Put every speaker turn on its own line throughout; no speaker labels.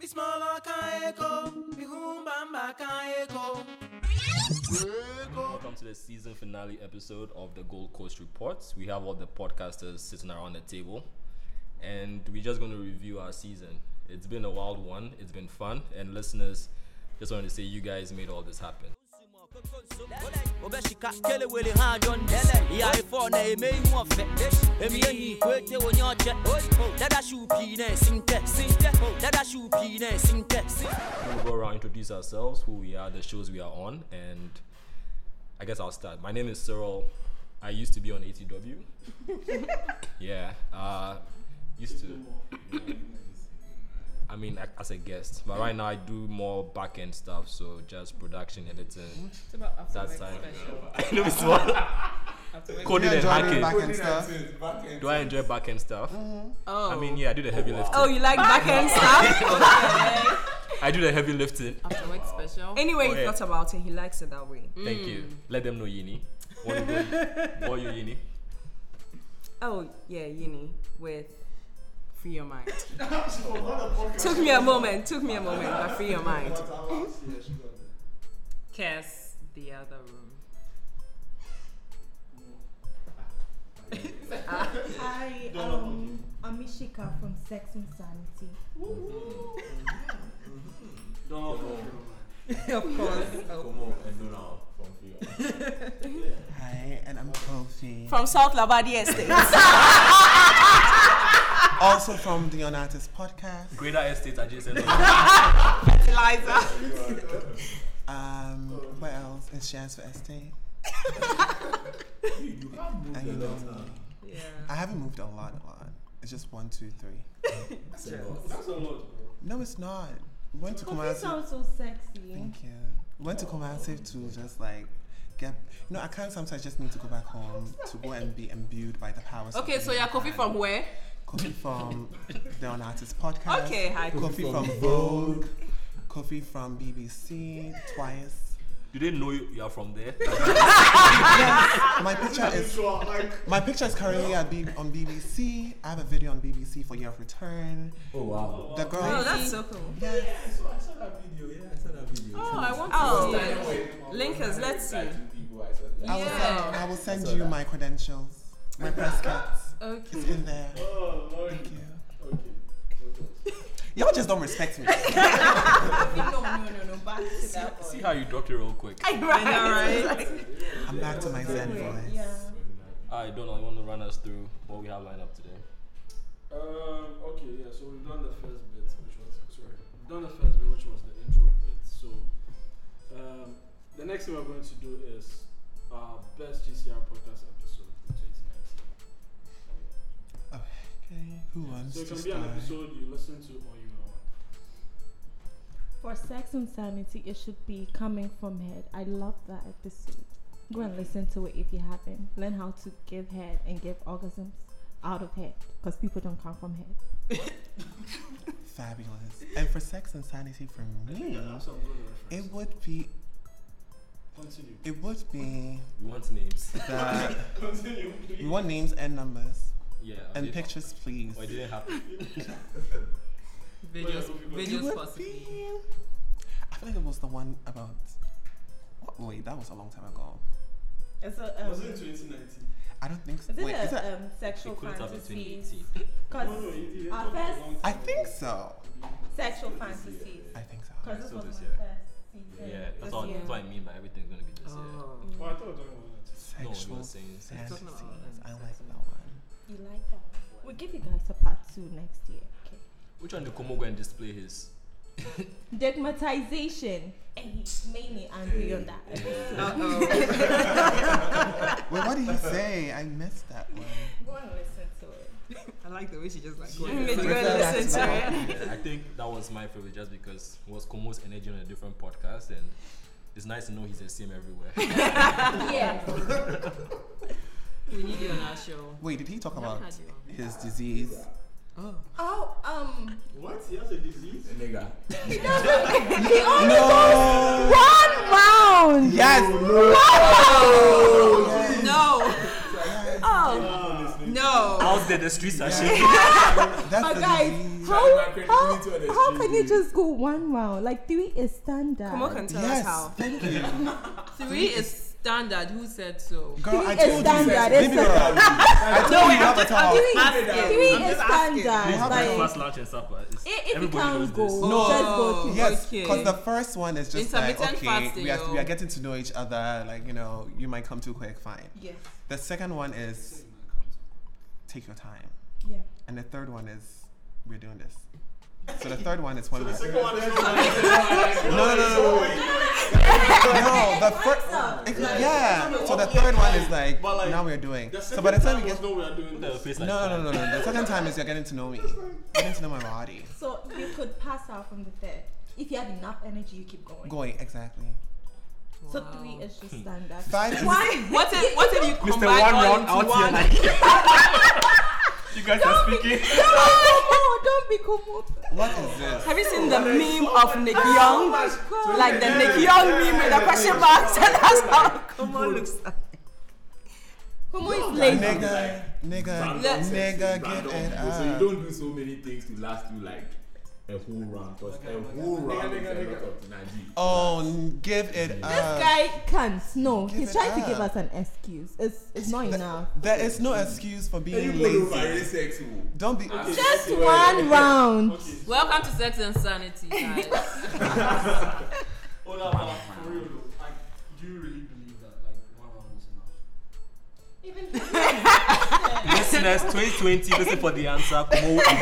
Kismala kaeko, mihumbamba kaeko.
Welcome to the season finale episode of the Gold Coast Reports. We have all the podcasters sitting around the table, and we're just going to review our season. It's been a wild one. It's been fun, and listeners, just wanted to say you guys made all this happen.
obɛhyika kele wele ha adwo ntɛlɛ yarefɔ na ɛmɛyi ho ɔfɛ ɛmiɛ hii koete wɔ nyɛ ɔkyɛ dada hyew pii na ɛsim tɛ dada hyew pii na ɛsim tɛ
We'll go around introduce ourselves, who we are, the shows we are on, and I guess I'll start. My name is Cyril. I used to be on ATW. yeah, uh, used to. I mean, a- as a guest, but right now I do more back end stuff, so just production, editing,
Hmm? It's about after
that
Mike
side.
special.
I know it's one.
After Mike
Coding and
enjoy
hacking.
doing back end stuff.
Do I enjoy back end stuff?
Mm-hmm.
Oh.
I mean, yeah, I do the heavy lifting.
Oh, you like back end stuff? Mm.
I do the heavy lifting.
After Mike special.
anyway,
Go
he
ahead.
thought about it. He likes it that way.
Thank you. Let them know, Yini. What you do- what you, Yini?
Oh, yeah, Yini with Free Your Mind. took me a moment, took me a moment, but Free Your Mind.
Kiss the other room.
Hi, um, I'm Ishika from Sex Insanity.
of course.
Hi, and I'm Kofi.
From South Labadi Estate.
Also from the Onatis podcast.
Greater Estate adjacent.
Um, what else? It's Chance for Estate. and you know me.
Yeah.
I haven't moved a lot, a lot. It's just one, two, three. No, it's not. Went to
Coffee
Kumasi.
sounds so sexy.
Thank you. Went to Kumasi to just like get. No, I can't. Sometimes just need to go back home to go and be imbued by the powers.
Okay, so you're Kofi from where?
Coffee from the Onatis podcast.
okay, hi.
Coffee from Vogue, coffee from BBC, twice.
Do they know you you are from there?
My picture is my picture is currently at B- on BBC. I have a video on BBC for Year of Return.
Oh wow!
The girl,
Oh, that's so cool.
yes,
So I saw that video. Yeah, I saw that video.
Oh, I want to
Oh,
see
yeah.
it.
Linkers, let's see.
I will send, I will send you my credentials, my press kits.
Okay.
It's in
Oh,
there. Thank you. Y'all just don't respect me.
no, no, no, no, back to that
See how you dropped it real quick.
I right.
I'm back to my zen voice.
Yeah.
I don't know. You want to run us through what we have lined up today?
Um, okay, yeah, so we've done the first bit, which was, sorry, we've done the first bit, which was the intro bit. So, um, the next thing we're going to do is our best GCR podcast episode in 2019.
Okay. Who wants
So, it
to
can be an
start?
episode you listen to or you don't.
For Sex Insanity, it should be coming from head. I love that episode. Go and listen to it if you haven't. Learn how to give head and give orgasms out of head because people don't come from head.
Fabulous. And for sex and sanity for me,
So, uh, I'm going to reference.
it would be
Continue.
it would be
We want names.
the
Continue,
We
please.
want names and numbers
Yeah.
and
it-
pictures, please.
oh, it didn't happen.
Videos,
You
videos
would
possibly.
be- I feel like it was the one about. what- Wait, that was a long time ago.
It's a,
Was it in 2019?
I don't think so. Wait, is it-
um,
It
sexual
couldn't have been 2018.
No, no, it, it
our
took a
first
long time.
I think so.
sexual fantasies.
I think so.
Because this
So
was my
this
first
year.
season.
Yeah, that's
this
what,
year.
that's what I mean by everything's gonna be this year.
Oh.
Oh, I thought we were talking about that.
No, you
Oh, Sexual
were saying.
fantasies.
Talking about, um,
I like
sex
that one.
You like that one? We'll give you guys a part two next year. Okay.
Which one did Komo go and display his?
Digmatization. And he made me angry on that.
Wait, what did you say? I missed that one.
Go and listen to it.
I like the way she just like.
Mm, you
Refer
gotta
back
listen to
to that
it.
Yeah, I think that was my favorite just because it was Komo's energy on a different podcast and it's nice to know he's the same everywhere.
Yes.
We need you on our show.
Wait, did he talk about
had you on.
his disease?
Oh.
Oh, um,
What? He has a disease?
Nigga.
No!
one round.
Yes!
No. Oh. No.
How's it, the streets are shaking.
That's
But
the
guys,
disease.
how,
My
how,
credibility on the
how
street,
can you
dude.
just go one round? Like three is standard.
Come on, can tell
yes,
us how.
thank you,
Three is standard. Who said so?
girl. I
Three is
told you,
standard, it's
baby girl. I told you have a
Three,
towel.
three
I'm
is
just asking.
They
standard.
have
Like,
breakfast, lunch, and supper. It's-
if you
everybody knows
can't go,
this.
No,
just go through.
Yes,
Okay.
because the first one is just like
Intermittent
okay,
fasting,
we are we
yo.
are getting to know each other. Like you know, you might come too quick. Fine.
Yes.
The second one is take your time,
Yeah.
and the third one is we're doing this. So the third one is when we're no, no, no, no, no. no, the first, yeah. So the third one is like,
But, like,
now we're doing.
The
So
second
by the time
time
we
was
get, no,
no way I'm doing
The
this.
face like
no,
that.
no, no, no. The second time is you're getting to know me, getting to know my body.
So you could pass out from the third. If you have enough energy, you keep going.
Going exactly.
So three is just standard.
Five. is-
Why? What if what if you
Mr.
combine
One
all
Round
into
out here,
one?
like- You guys are speaking.
Komo, don't be Komo.
What is this?
Have you seen the meme of Nick Young? Like the Nick Young meme with the question mark. So that's how come on looks like.
Komo is lazy.
Nigga, nigga,
Let's-
nigga, get
Random
it
people, So you
up.
don't do so many things to last you like a whole round. Because a whole round is a lot of energy.
Oh, n- give it
This
up.
guy can't. No,
Give
he's
it
trying to give
up.
us an excuse. It's it's not
Th-
enough.
There is no excuse for
Hey, you
being
go to very
lazy.
sexual.
Don't be.
Just one round.
Okay.
Welcome to Sex and Sanity, guys.
Hold up, hold up, for real though. Like, do you really believe that like one round is enough?
Even
Listeners, 2020, listen for the answer. Kumo is for.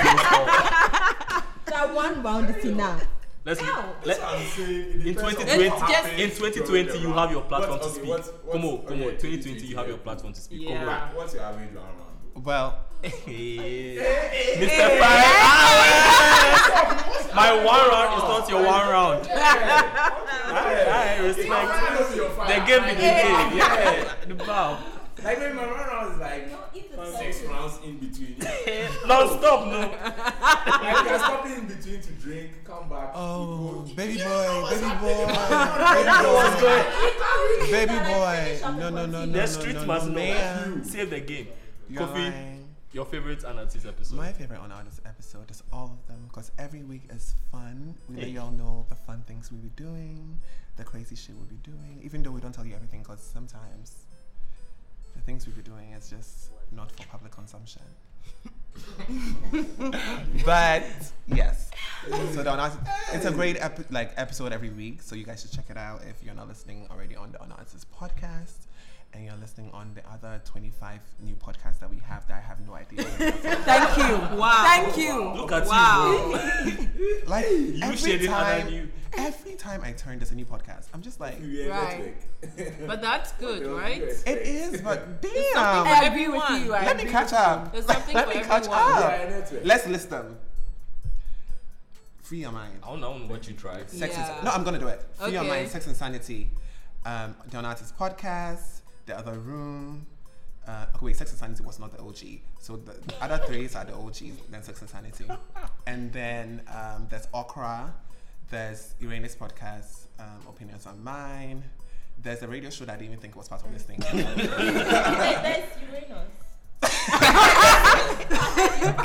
that one round is enough.
Let's
Ow.
let,
I'm saying it
in
depends on
2020
what happens
in
during
2020 you
the
have your
round.
platform
What-
to
okay,
speak.
what's- what's-
Kumo,
okay,
Kumo, 2020 you have your
yeah.
platform to speak.
Yeah.
Kumo.
Like, What's your average round round? though?
Well,
Hey.
Eh,
Eh,
Mr. Fire.
Ah,
My one round is not your one round. I, respect.
Round is your five.
They gave me the game. Yeah. The bow.
Like maybe my round round is like six rounds in between. like
No, stop, no.
you're stopping in between to drink, come back.
Oh,
you go-
baby boy, baby boy,
What's
baby
going
boy, baby boy. No, no, no, no.
The
no,
street
no,
must
no,
know.
ma'am.
Save the game.
You're
Kofi.
lying.
Your favorite Anatis episode.
My favorite on artist episode is all of them because every week is fun. We let y'all know the fun things we be doing, the crazy shit we be doing, even though we don't tell you everything because sometimes the things we be doing is just not for public consumption. but yes, so the Unanswered- it's a great epi- like episode every week. So you guys should check it out if you're not listening already on the Unanswered podcast. And you're listening on the other 25 new podcasts that we have that I have no idea.
Thank you. Wow. Thank you.
Look at you.
Wow.
bro.
Like every
shading other
time,
you.
every time I turn there's a new podcast. I'm just like,
You hear
Right.
network.
But that's good, right?
it is, but
something
damn.
I agree with
Everyone.
you. I
Let me
agree
catch
with you.
up.
There's something
Let
for
me catch
everyone.
up.
Yeah, network.
Ah. Let's list them. Free your mind.
I don't know what you tried.
Sex and
Yeah.
no, I'm gonna do it. Free your
Okay.
mind. Sex and sanity. Um, Donati's podcast. The other room. Uh, okay, wait. Sex and sanity was not the OG. So the other threes are the OGs. Then Sex and sanity, and then um, there's Okra. There's Uranus podcast. Um, Opinions on mine. There's a radio show that I didn't even think was part of this thing.
There's Uranus.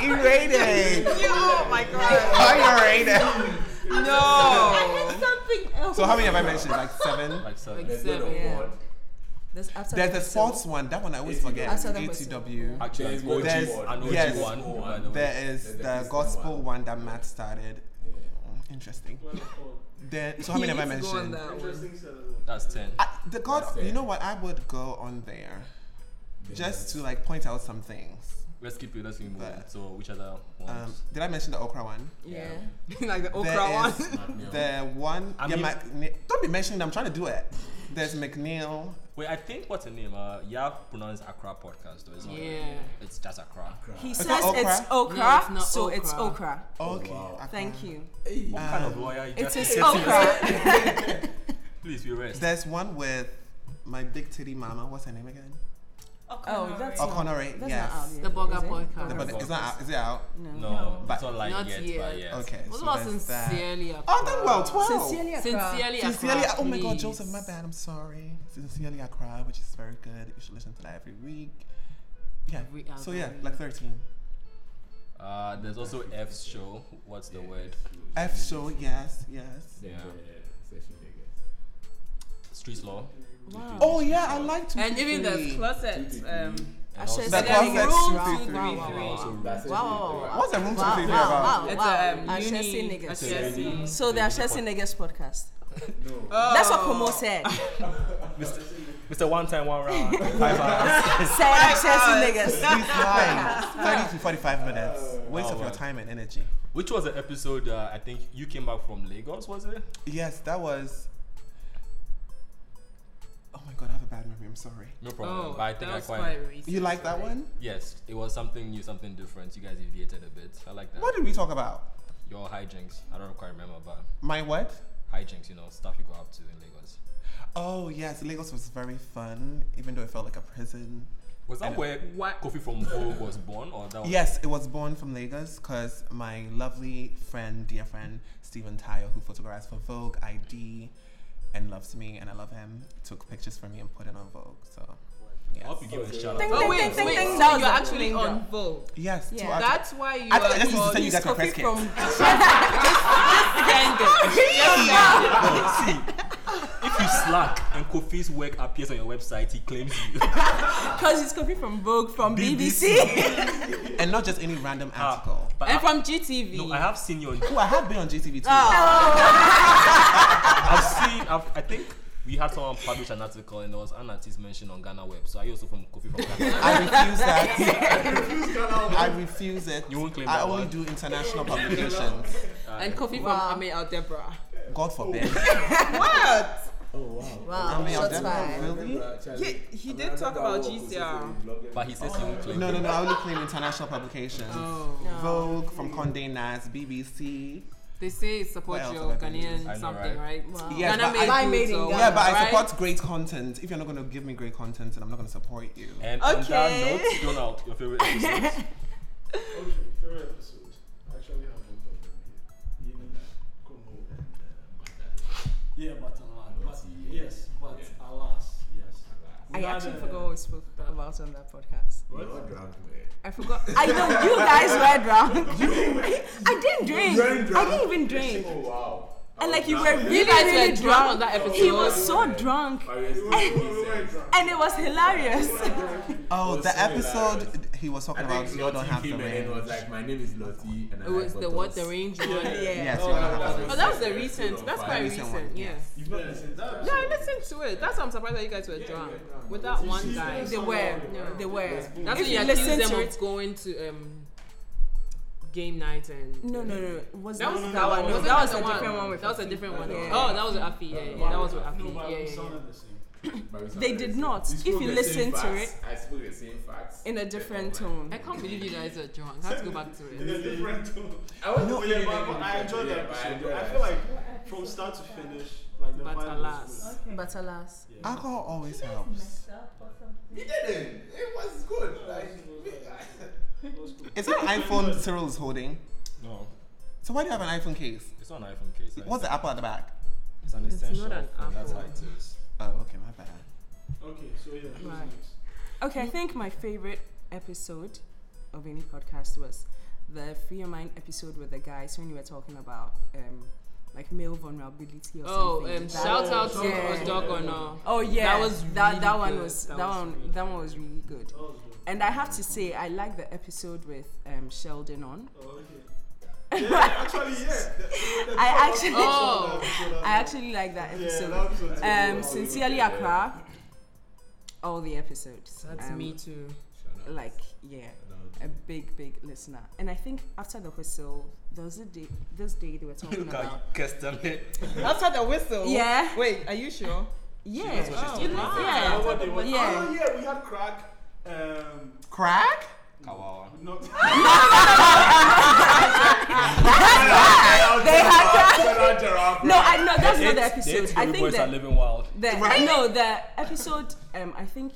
Uranus.
Oh my god.
Hi, Uranus.
No.
I heard something
Oh.
else.
So how many have I mentioned? Like seven.
Like so.
Like
Let's go
seven.
to
Yeah.
board.
There's after
There's
the
a sports one. That one I always forget.
I
saw that person.
ATW.
Actually,
There's
an OG,
there's-
an OG
yes.
one. by the way.
There is
There's a
the
Christian
gospel
one.
one that Matt started.
Yeah.
Mm, Interesting.
Well, oh,
Then so how many
You
have I
need to go on
mentioned?
that one.
interesting set of
That's 10.
I, the God,
That's it.
you know what? I would go on there
Yeah.
just to like point out some things.
Let's keep it, let's keep moving.
But-
So, which other ones?
Um, did I mention the okra one?
Yeah.
like the
There
okra one.
is
McNeil.
The one.
I
yeah,
mean-
McNe- don't be mentioning. them, I'm trying to do it. There's McNeil.
Wait, I think what's the name? Uh, Yav pronounced Accra podcast, though. It's not
Yeah.
It's just Accra.
He
Is that
says it's
okra?
okra,
Yeah, it's not
so it's
okra.
okra.
Okay.
wow.
okra.
Thank you.
um,
What kind of lawyer? You
It
just
is
getting
okra.
Please, we rest.
There's one with my big titty mama. What's her name again?
Oh, that's not-
O'Connor. Ray.
that's not out
Yes.
yet,
The Burger
is it?
Boy
The-
card.
but it's not. out- Is it out?
no,
No.
it's not like
Not
yet,
yet.
but yes.
Okay.
What
so
about
there's that.
sincerely? Accra?
Oh, then well, twelve.
Sincerely, okra.
Sincerely, Accra,
Sincerely, oh my God,
please.
Joseph, my bad. I'm sorry. Sincerely, I cry, which is very good. You should listen to that every week. Yeah.
Every
so yeah,
other
like thirteen.
Uh, there's also F's show. What's the word?
F show, yes, yes.
Yeah.
Session niggas.
Street Law.
Wow.
Oh yeah, I like to.
And even the
Two,
closet.
three,
Um,
And
I should
also-
The
say
closet
that room
two,
two,
three,
wow, wow,
and
wow,
also
wow.
That's
Rap.
it.
Wow.
What's the room
Wow,
to be
wow,
about?
it's
wow.
a um,
Ashesi
uni-
niggas.
Ashesi.
So the Ashesi Niggas podcast.
No.
That's what
Oh.
Komo said.
Mr. One Time One Round.
Five hours.
Said Ashesi Niggas.
It's like Thirty to forty-five minutes.
Oh,
Waste of your time and energy.
Which was the episode? Uh, I think you came back from Lagos, was it?
Yes, that was. Oh my god, I have a bad memory. I'm sorry.
No problem.
oh,
but I
that
think I
was
quite.
quite recent.
You like that one?
Yes, it was something new, something different. You guys deviated a bit. I like that.
What did we talk about?
Your hijinks. I don't quite remember, but
My what?
hijinks. You know, stuff you go up to in Lagos.
Oh yes, Lagos was very fun, even though it felt like a prison.
Was
I
that
know.
where
What-
Kofi from Vogue was born, or that? Was
Yes, it was born from Lagos because my lovely friend, dear friend Stephen Tayo, who photographs for Vogue ID and loves me and I love him, took pictures for me and put it on Vogue. So
I hope you give it a shout
Ding,
out.
Oh
ding,
wait,
ding,
wait.
ding,
So
ding.
you're actually
Linda.
on Vogue.
yes,
Yeah.
two artists-
That's why you
I
are
thought I just used to
called.
send you guys a press kit.
from
If you slack and Kofi's work appears on your website, he claims you.
because it's copy from Vogue from BBC,
and not just any random article.
Ah, But
and
I-
from GTV.
no, I have seen your.
Oh, I have been on GTV
Oh.
Oh.
too.
I've seen. I've, I think we had someone publish an article, and there was an artist mentioned on Ghana Web. So are you also from Kofi from Ghana?
I refuse that. I refuse it.
You won't claim
I
that
only
one.
do international publications.
and coffee
Wow.
from Ame Aldebra.
God forbid.
Oh wow.
Wow,
I mean,
shots
I've never
fired.
really.
Yeah, he did talk about GCR.
but he says he won't claim.
No, no, no. I only claim international publications.
Oh.
Vogue from Condé Nast, BBC.
They say it supports
What else
your
have I been
Ghanaian
I know,
something, right?
Wow.
Yes,
Ghana
but I-
made
Buy
goods
made in
or
Ghana.
Yeah, but I
right?
support great content. If you're not going to give me great content, then I'm not going to support you.
And on
Okay.
that note, Donald, your favorite episode.
Okay, favorite episode. I actually have both of them here. Yini, Kongo, and uh, Bata. Yeah, but alas, but yes, but alas, yes.
I
We had,
actually
uh,
forgot what we spoke about on that podcast.
What?
I forgot. I know you guys were drunk. I didn't drink. I didn't even drink.
Oh wow.
And like you were really,
You guys were
really
drunk
drunk
on that episode.
He was so drunk,
Are you serious?
and it was hilarious.
Oh,
was
the
so
episode
hilarious.
he
I
was talking
think
about. You don't
Lottie
have the
came in and was
range.
like, "My name is Lottie," and I
It was
like
the what
bottles.
the range one.
Yes,
Yeah.
you don't have the
Oh,
range.
that was the recent. That's quite
Recent
recent.
one,
yeah.
You've not listened to that
Yeah, I listened to it. That's why I'm surprised that you guys were drunk. With that one guy.
They were. They were.
That's
If
when you
you
accused
listen
them
to
of
it-
going to um, game night and. um,
No, no, no. It was
That was
not
that one.
No,
Wasn't
that was
the
a different one. with
That was a
Afi.
different one.
Yeah.
Oh, that was with Afi. Yeah, yeah, that was with
No,
Afi.
but
Yeah,
we
yeah, yeah.
sounded the same.
But it's
They
not
did
the same.
not. If
spoke
you
the
listen
same
to
facts.
it-
I spoke the same facts.
in a
They
different
felt like-
tone.
I can't believe you guys are drunk. I have to go back to
In a
it.
different tone.
I was
No, yeah, but, but I enjoyed that episode. I feel like from start to finish, like the
But
vibe
alas.
was
But alas,
good. Yeah.
Alcohol always helps.
You didn't. It was good. Like,
It was cool.
Is that an iPhone Cyril is holding?
No,
So why do you have an iPhone case?
it's not an iPhone case. It's-
What's the apple at the back?
It's an essential.
not an
phone, That's how
Apple.
it is.
Oh, okay, my bad.
Okay, so yeah, who's
Right.
next?
Okay, I think my favorite episode of any podcast was the Free Your Mind episode with the guys when you were talking about um, like male vulnerability or
Oh,
something.
um,
That-
shout out to
Yeah.
Dog or no.
Oh yeah,
That was
that,
really
that one
good.
was
That
that,
was
one
really
that one was really good.
That was good.
And I have to say, I like the episode with um, Sheldon on.
Oh, okay. Yeah, actually, yeah. The- the- the
I
cover
actually-
picture
Oh.
of that episode, that
I actually like that
was- yeah,
episode.
that episode too.
um, sincerely, Accra. All the episodes.
That's
Um,
me too.
Like yeah. a big, big listener. And I think after the whistle, there was a day, this day they were talking
Look
about.
at Keston.
Outside the whistle.
Yeah.
Wait, are you sure?
Yeah.
Oh, wow.
I know what they want.
Yeah.
Oh, yeah, we had crack. Um,
Crack?
Kawawa.
not.
They had
Giraffe.
No, I no, that's not the
It's-
episode.
it's
I
Young
think
boys are
the,
living wild.
the I know the episode um I think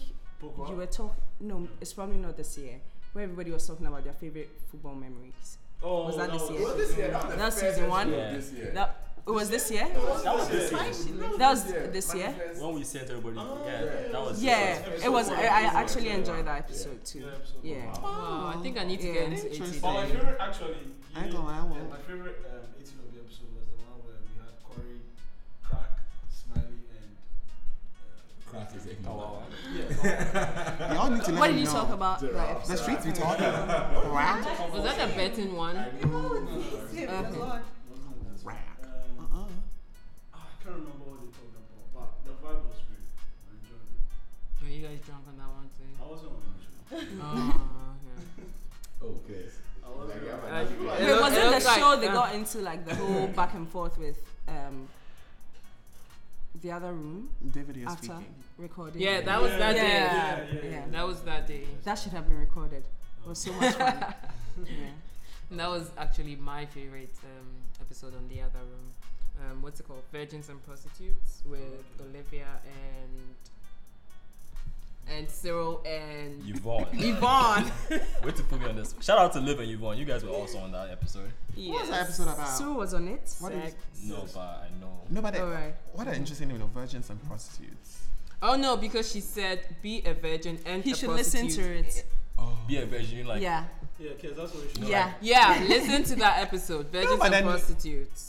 you were talking no, it's probably not this year. Where everybody was talking about their favorite football memories.
Oh,
Was that this year?
Well, this year, that was the
That's
first
season one.
episode of This year.
That It was this year?
That was this year.
That was this year?
When we sent everybody, yeah, that was
Yeah, it was. I, I actually enjoyed that episode too. Yeah.
Wow, I think I need to
Yeah.
get into
Interesting.
80
But my
then.
favorite, actually,
I ain't
yeah,
gonna lie, I won't.
my favorite um, 18 of the episode was the one where we had Corey, Crack, Smiley, and. uh, Oh,
Crack is ignorant.
You all need to let
What
me
did you
know.
talk about that
The
episode?
streets we talking. Rap.
Was that the betting one? Uh-huh.
Okay.
Rap.
Um,
Uh-uh.
I can't remember what they talked about, but the vibe was great. I enjoyed it.
Were you guys drunk on that one too?
I wasn't on actually.
Oh, Uh, okay.
Okay.
I wasn't
Yeah,
on.
but I feel like-
Wait,
look-
was
it
it the
looks like-
show they
uh.
got into like the whole back and forth with um the other room
David, you're
after
speaking.
recording?
Yeah, that was that
yeah,
day.
yeah,
yeah, yeah.
That was that day.
That should have been recorded. It was so much fun. yeah.
And that was actually my favorite um, episode on the other room. Um, what's it called? Virgins and Prostitutes with Olivia and and Cyril and
Yvonne.
Yvonne.
Wait to put me on this. Shout out to Liv and Yvonne. You guys were also on that episode.
What was that episode about?
Sue was on it.
What is-
No, but I know.
no, but
Alright.
what an interesting name, you know, virgins and prostitutes.
Oh no, because she said be a virgin and
He
a
should listen to
prostitute."
it.
Oh.
Be a virgin, like
yeah.
Yeah, because that's what we should
Yeah.
Yeah, listen to that episode. Virgins
but
and
then-
prostitutes.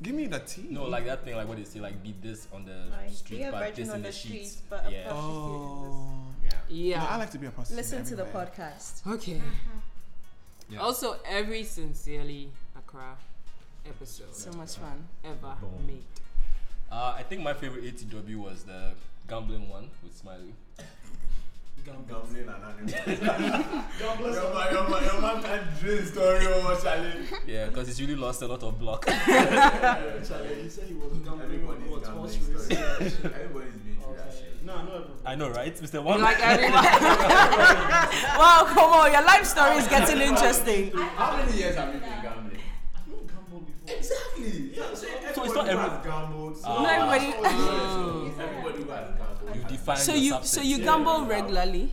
Give me the tea.
no, like that thing, like what they say, like be this on the
Like, be
streets,
a
but
virgin
this
on
in the
the
sheets.
streets, but a
yeah.
prostitute.
Oh. No, I
Yeah.
like to be a prostitute.
Listen to the
everywhere.
podcast.
Okay.
Yeah.
Also, every sincerely Accra episode
So much fun.
ever
Boom.
made.
Uh, I think my favorite ATW was the gambling one with Smiley.
Gambling and animals. Yo, man, yo, man, yo, man, can't drink story, oh, Charlie.
Yeah, because it's really lost a lot of block.
Yeah, Charlie, he said he was gambling on
Everybody's
what
gambling
horse
story.
race.
Everybody's been through that shit.
No, not everybody.
I know, right, Mister One?
Like everyone.
Wow, come on, your life story is getting interesting.
How many years have you been gambling?
I've not gambled before.
Exactly. Yeah, I'm saying
So
everybody
it's not
who
every-
has gambled. So
Ah.
No, everybody-
Oh, everybody who has gambled.
you
has-
define
So
the
you so
substance.
you
yeah.
gamble regularly.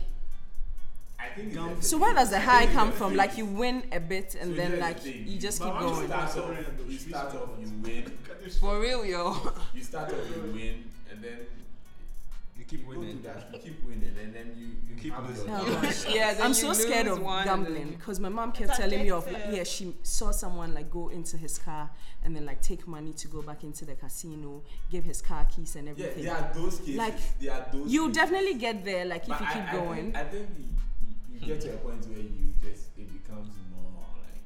I think it's just-
So where does the
I think
high
it's
come
just
from?
the
Like
thing.
you win a bit and then
So here's the
like
thing.
you just
But
keep
when
going.
You start off, you start off, you win.
For real, yo.
You start off, you win, and then
You keep
you go to that, you keep winning, and then you you
Keep
have
losing.
your-
Oh, gosh.
Yeah, then
I'm
you
so
lose
scared of
one and
gambling
then-
because my mom kept telling me of like, yeah she saw someone like go into his car and then like take money to go back into the casino, give his car keys and
Yeah,
everything.
there are those cases.
Like,
there are those.
You
cases.
definitely get there like if
But
you
I-
keep
I
going.
Think, I think you, you, you get to a point where you just it becomes normal. Like,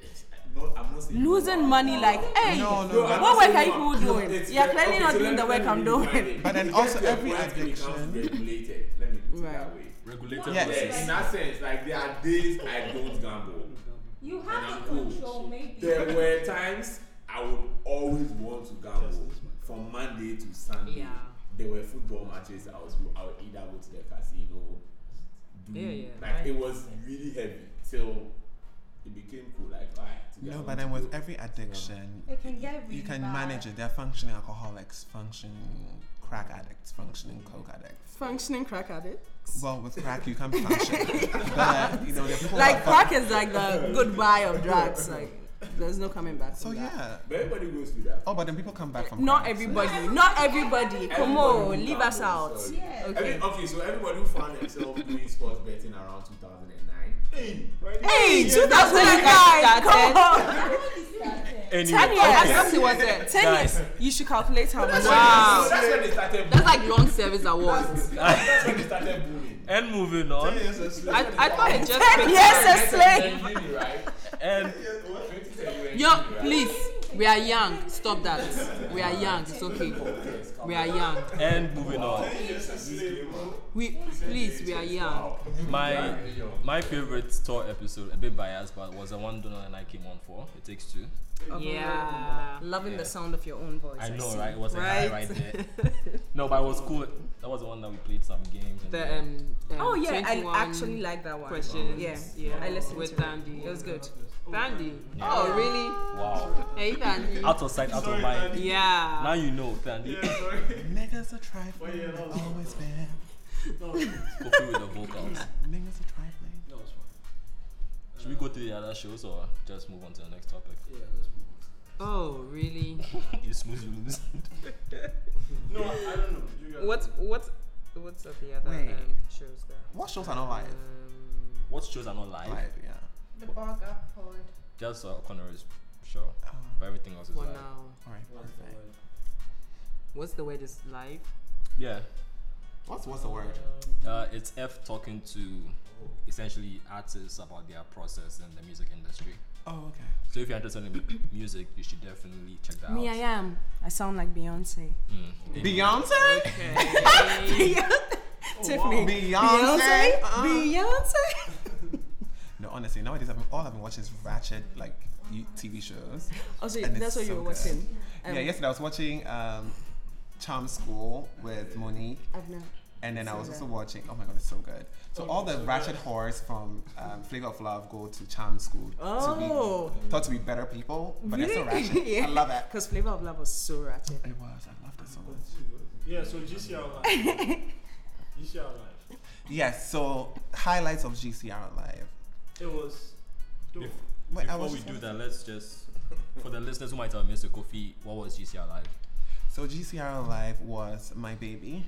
it's, no, I'm not saying
Losing
normal,
money
normal.
like hey
No, no,
No, I'm
no.
not
What
saying
work are you
normal.
people doing?
It's
You're
very-
clearly not
so
doing
let
the
me-
work
let me
I'm doing.
refine it.
But then
You get
also
to a
every
point it becomes
addiction-
regulated. Let me put it that
Right.
way.
Regulated.
Yes.
ways.
Yes, in that sense, like there are days I don't gamble.
You
And
have
I'm
to control, maybe.
There were times I would always want to gamble from Monday to Sunday.
Yeah.
There were football matches I was I would either go to the casino. Do,
Yeah, yeah,
Like
I
it was really heavy till it became cool. Like right. today I
No,
want
but
to
then with
go.
every addiction,
It can get really
you can
bad.
manage it. There are functioning alcoholics, functioning crack addicts, functioning coke addicts.
Functioning crack addict.
Well, with crack you can function, but you know there are people who
Like
are fuck-
crack is like the goodbye of drugs. Like there's no coming back.
So
from that.
yeah.
But everybody goes through that.
Oh, but then people come back from
Not
crack, so-
everybody. Not everybody. Come
Everybody
on,
who
leave us out.
gambles, so-
Yeah.
I mean,
Okay.
okay, so everybody who found themselves doing sports betting around 2009, hey, right
Hey,
now-
2009. Come on.
Anyway,
Ten years.
It was it.
Ten years. You should calculate how much.
Wow.
That's when they started.
That's like long service awards.
That's, that's when they started bullying.
and moving on.
I, I thought it just.
Ten years a slave.
You're in uni, right?
And
What? 2010 you're in
Yo,
uni, right?
please. We are young. Stop that. We are young. It's okay.
Yes, come
We
on.
are young.
and moving on.
We please. We are young.
My
Very young.
my favorite store episode, a bit biased, but was the one Donald and I came on for. It takes two.
Yeah.
Loving the sound of your own voice.
I know,
see.
right? It was a guy right there. No, but it was cool. That was the one that we played some games. And
The um. um,
Oh yeah, I
21
actually like that one.
questions.
Yeah,
yeah.
I listened
with
to it.
Dandy.
It was good.
Dandy.
Yeah.
Oh really?
wow,
Hey Dandy.
out of sight, out of mind. Now
Yeah.
you know, Tandy.
Niggas are trifling.
yeah, that was-
they've always been.
Coffee with the vocals.
Niggas are trifling.
No, it's fine.
Should we go to the other shows or just move on to the next topic?
Yeah, let's move
Oh really?
you snooze, you lose.
No, I don't know. You guys.
What's what's what's at the other
Wait.
um, shows there?
What shows are not live?
Um,
what shows are not live?
Live, yeah.
The bog up pod.
Just uh, Connor's show, but everything else is
for
live.
now,
All right,
What's the
Uh-huh. perfect.
word?
what's the word? Is live?
Yeah,
What's what's the word?
uh, it's F talking to essentially artists about their process in the music industry.
Oh, okay.
So if you're interested in mu- music, you should definitely check that
Me, I
out.
am. I sound like Beyonce.
Mm. Anyway.
Beyonce.
Okay.
Tiffany.
Beyonce? Uh-uh.
Beyonce.
No, honestly, nowadays I've been, all I've been watching is ratchet like y- TV shows.
Also,
And it's
Oh, that's what
so
you were
good.
watching. Um,
yeah, yesterday I was watching um, Charm School with Monique,
I've not. Oh,
and then I was
So
also
good.
watching. Oh my god, it's so good! So all the ratchet whores from um, Flavor of Love go to Charm School
Oh.
to be thought to be better people, but they're so
Really?
ratchet.
Yeah.
I love it.
Because Flavor of Love was so ratchet.
It was. I loved it so much.
Yeah, so GCR live. GCR live.
Yes. So highlights of GCR live.
It was. dope.
If-
Wait, I
Before
was
we
just
do
gonna-
that, let's just for the listeners who might have missed it, Kofi, what was GCR Live?
So GCR Live was my baby,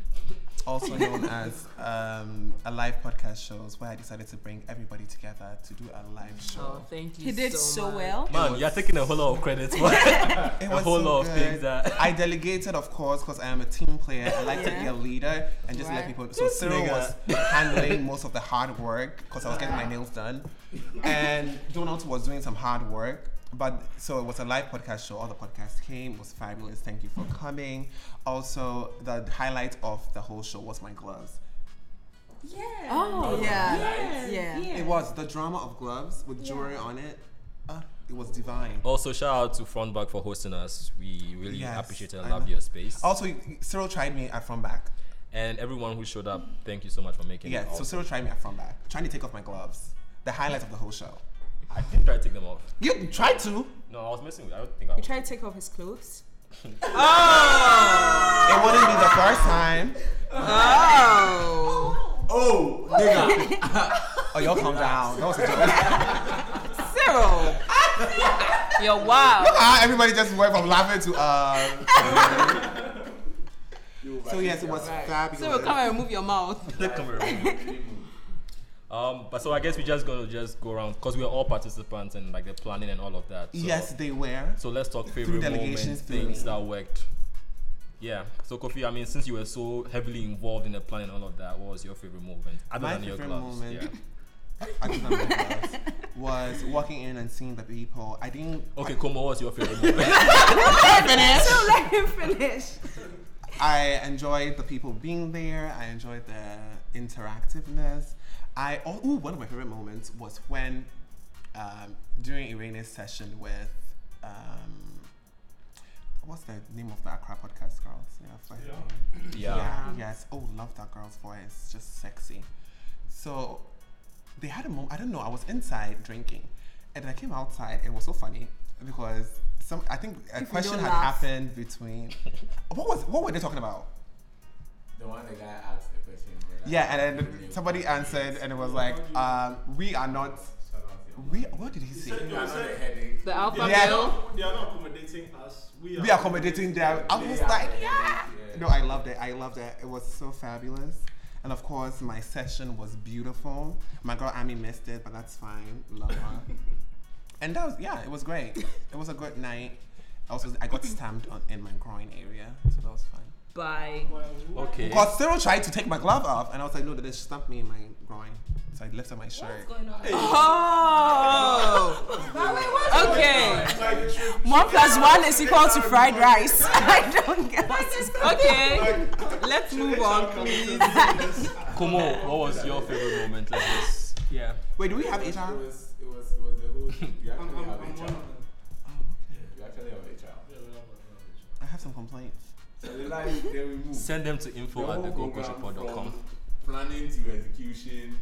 also known as um, a live podcast shows where I decided to bring everybody together to do a live
Oh,
show.
thank you.
He did so
much.
well.
Man, you're taking a whole lot of credit for
It
a
was
whole
so
lot of things
good.
that
I delegated, of course, because I am a team player. I like to be
Yeah.
a leader and just let
Right.
people. So Cyril was handling most of the hard work because I was getting my
Ah.
nails done, and Donald was doing some hard work. But so it was a live podcast show. All the podcasts came. It was fabulous. Thank you for coming. Also, the highlight of the whole show was my gloves.
Yeah.
Oh, yeah.
Yes,
Yeah.
yes.
It was the drama of gloves with jewelry on it. Uh, it was divine.
Also, shout out to Front Back for hosting us. We really
Yes,
appreciate and
I
love
know.
your space.
Also, Cyril tried me at front back.
and everyone who showed up, thank you so much for making
Yeah,
it.
so Cyril tried me at front back, trying to take off my gloves. The highlight of the whole show.
I didn't try to take them off.
You tried to.
No, I was messing with. I don't think I.
You
Was.
tried to take off his clothes. Oh!
It wouldn't be the first time.
Oh.
Oh, nigga.
Oh, y'all calm down. That was a joke.
Cyril. You're wild.
Ah, everybody just went from laughing to uh. so yes, it was fabulous.
Cyril, come and remove your mouth.
Flip camera. um, but so I guess we just gonna just go around because we are all participants and like the planning and all of that. So,
yes, they were.
So let's talk favorite moments,
delegations, through
things
me.
that worked. Yeah. So Kofi, I mean, since you were so heavily involved in the planning and all of that, what was your favorite moment? Other
My
than your
favorite
gloves.
moment-
Yeah.
I just remember gloves. Was walking in and seeing the people. I didn't.
Okay, Como, what was your favorite moment?
So let him finish.
I enjoyed the people being there. I enjoyed the interactiveness. I oh, ooh, one of my favorite moments was when um, during Irina's session with um, what's the name of the Accra podcast girls? Yeah, I forgot her
Yeah.
name.
yeah.
Yes. Oh, love that girl's voice. Just sexy. So they had a moment. I don't know. I was inside drinking, and I came outside. It was so funny because some. I think a question
don't
had
laugh.
happened between. What was? What were they talking about?
the one the guy asked the question. but I-
Yeah, and then somebody answered, and it was like, um, "We are not.
Shout out to him.
We. What did he
He
say?
said,
We
no,
are not
he
the
said
headache.
The alpha
Yeah.
male.
they are not accommodating us. We are.
We are accommodating them. I was
They are
like,
the
yeah.
headache,
No, I loved it. I loved it. It was so fabulous. And of course, my session was beautiful. My girl Amy missed it, but that's fine. Love her. and that was yeah, it was great. It was a good night. Also, I got stamped on, in my groin area, so that was fun.
Bye.
Okay.
Because Cyril tried to take my glove off, and I was like, no, they just stamped me in my groin. So I lifted my
What's
shirt.
going on?
Oh.
But wait, what's
Okay.
Like, should,
One plus one is equal to fried rice. I don't get it.
Okay. Let's move on, please.
Como, what was your favorite moment? Let's just yeah.
Wait, do we have
It
HR?
was, it was, it was the whole. You
I'm, I'm,
actually have
I'm one of
HR.
them.
You actually have HR.
Yeah, we have
I have some complaints.
So they like they remove
Send them to
the
info
whole
at
program
thegoldcoachpod.com.
from planning to execution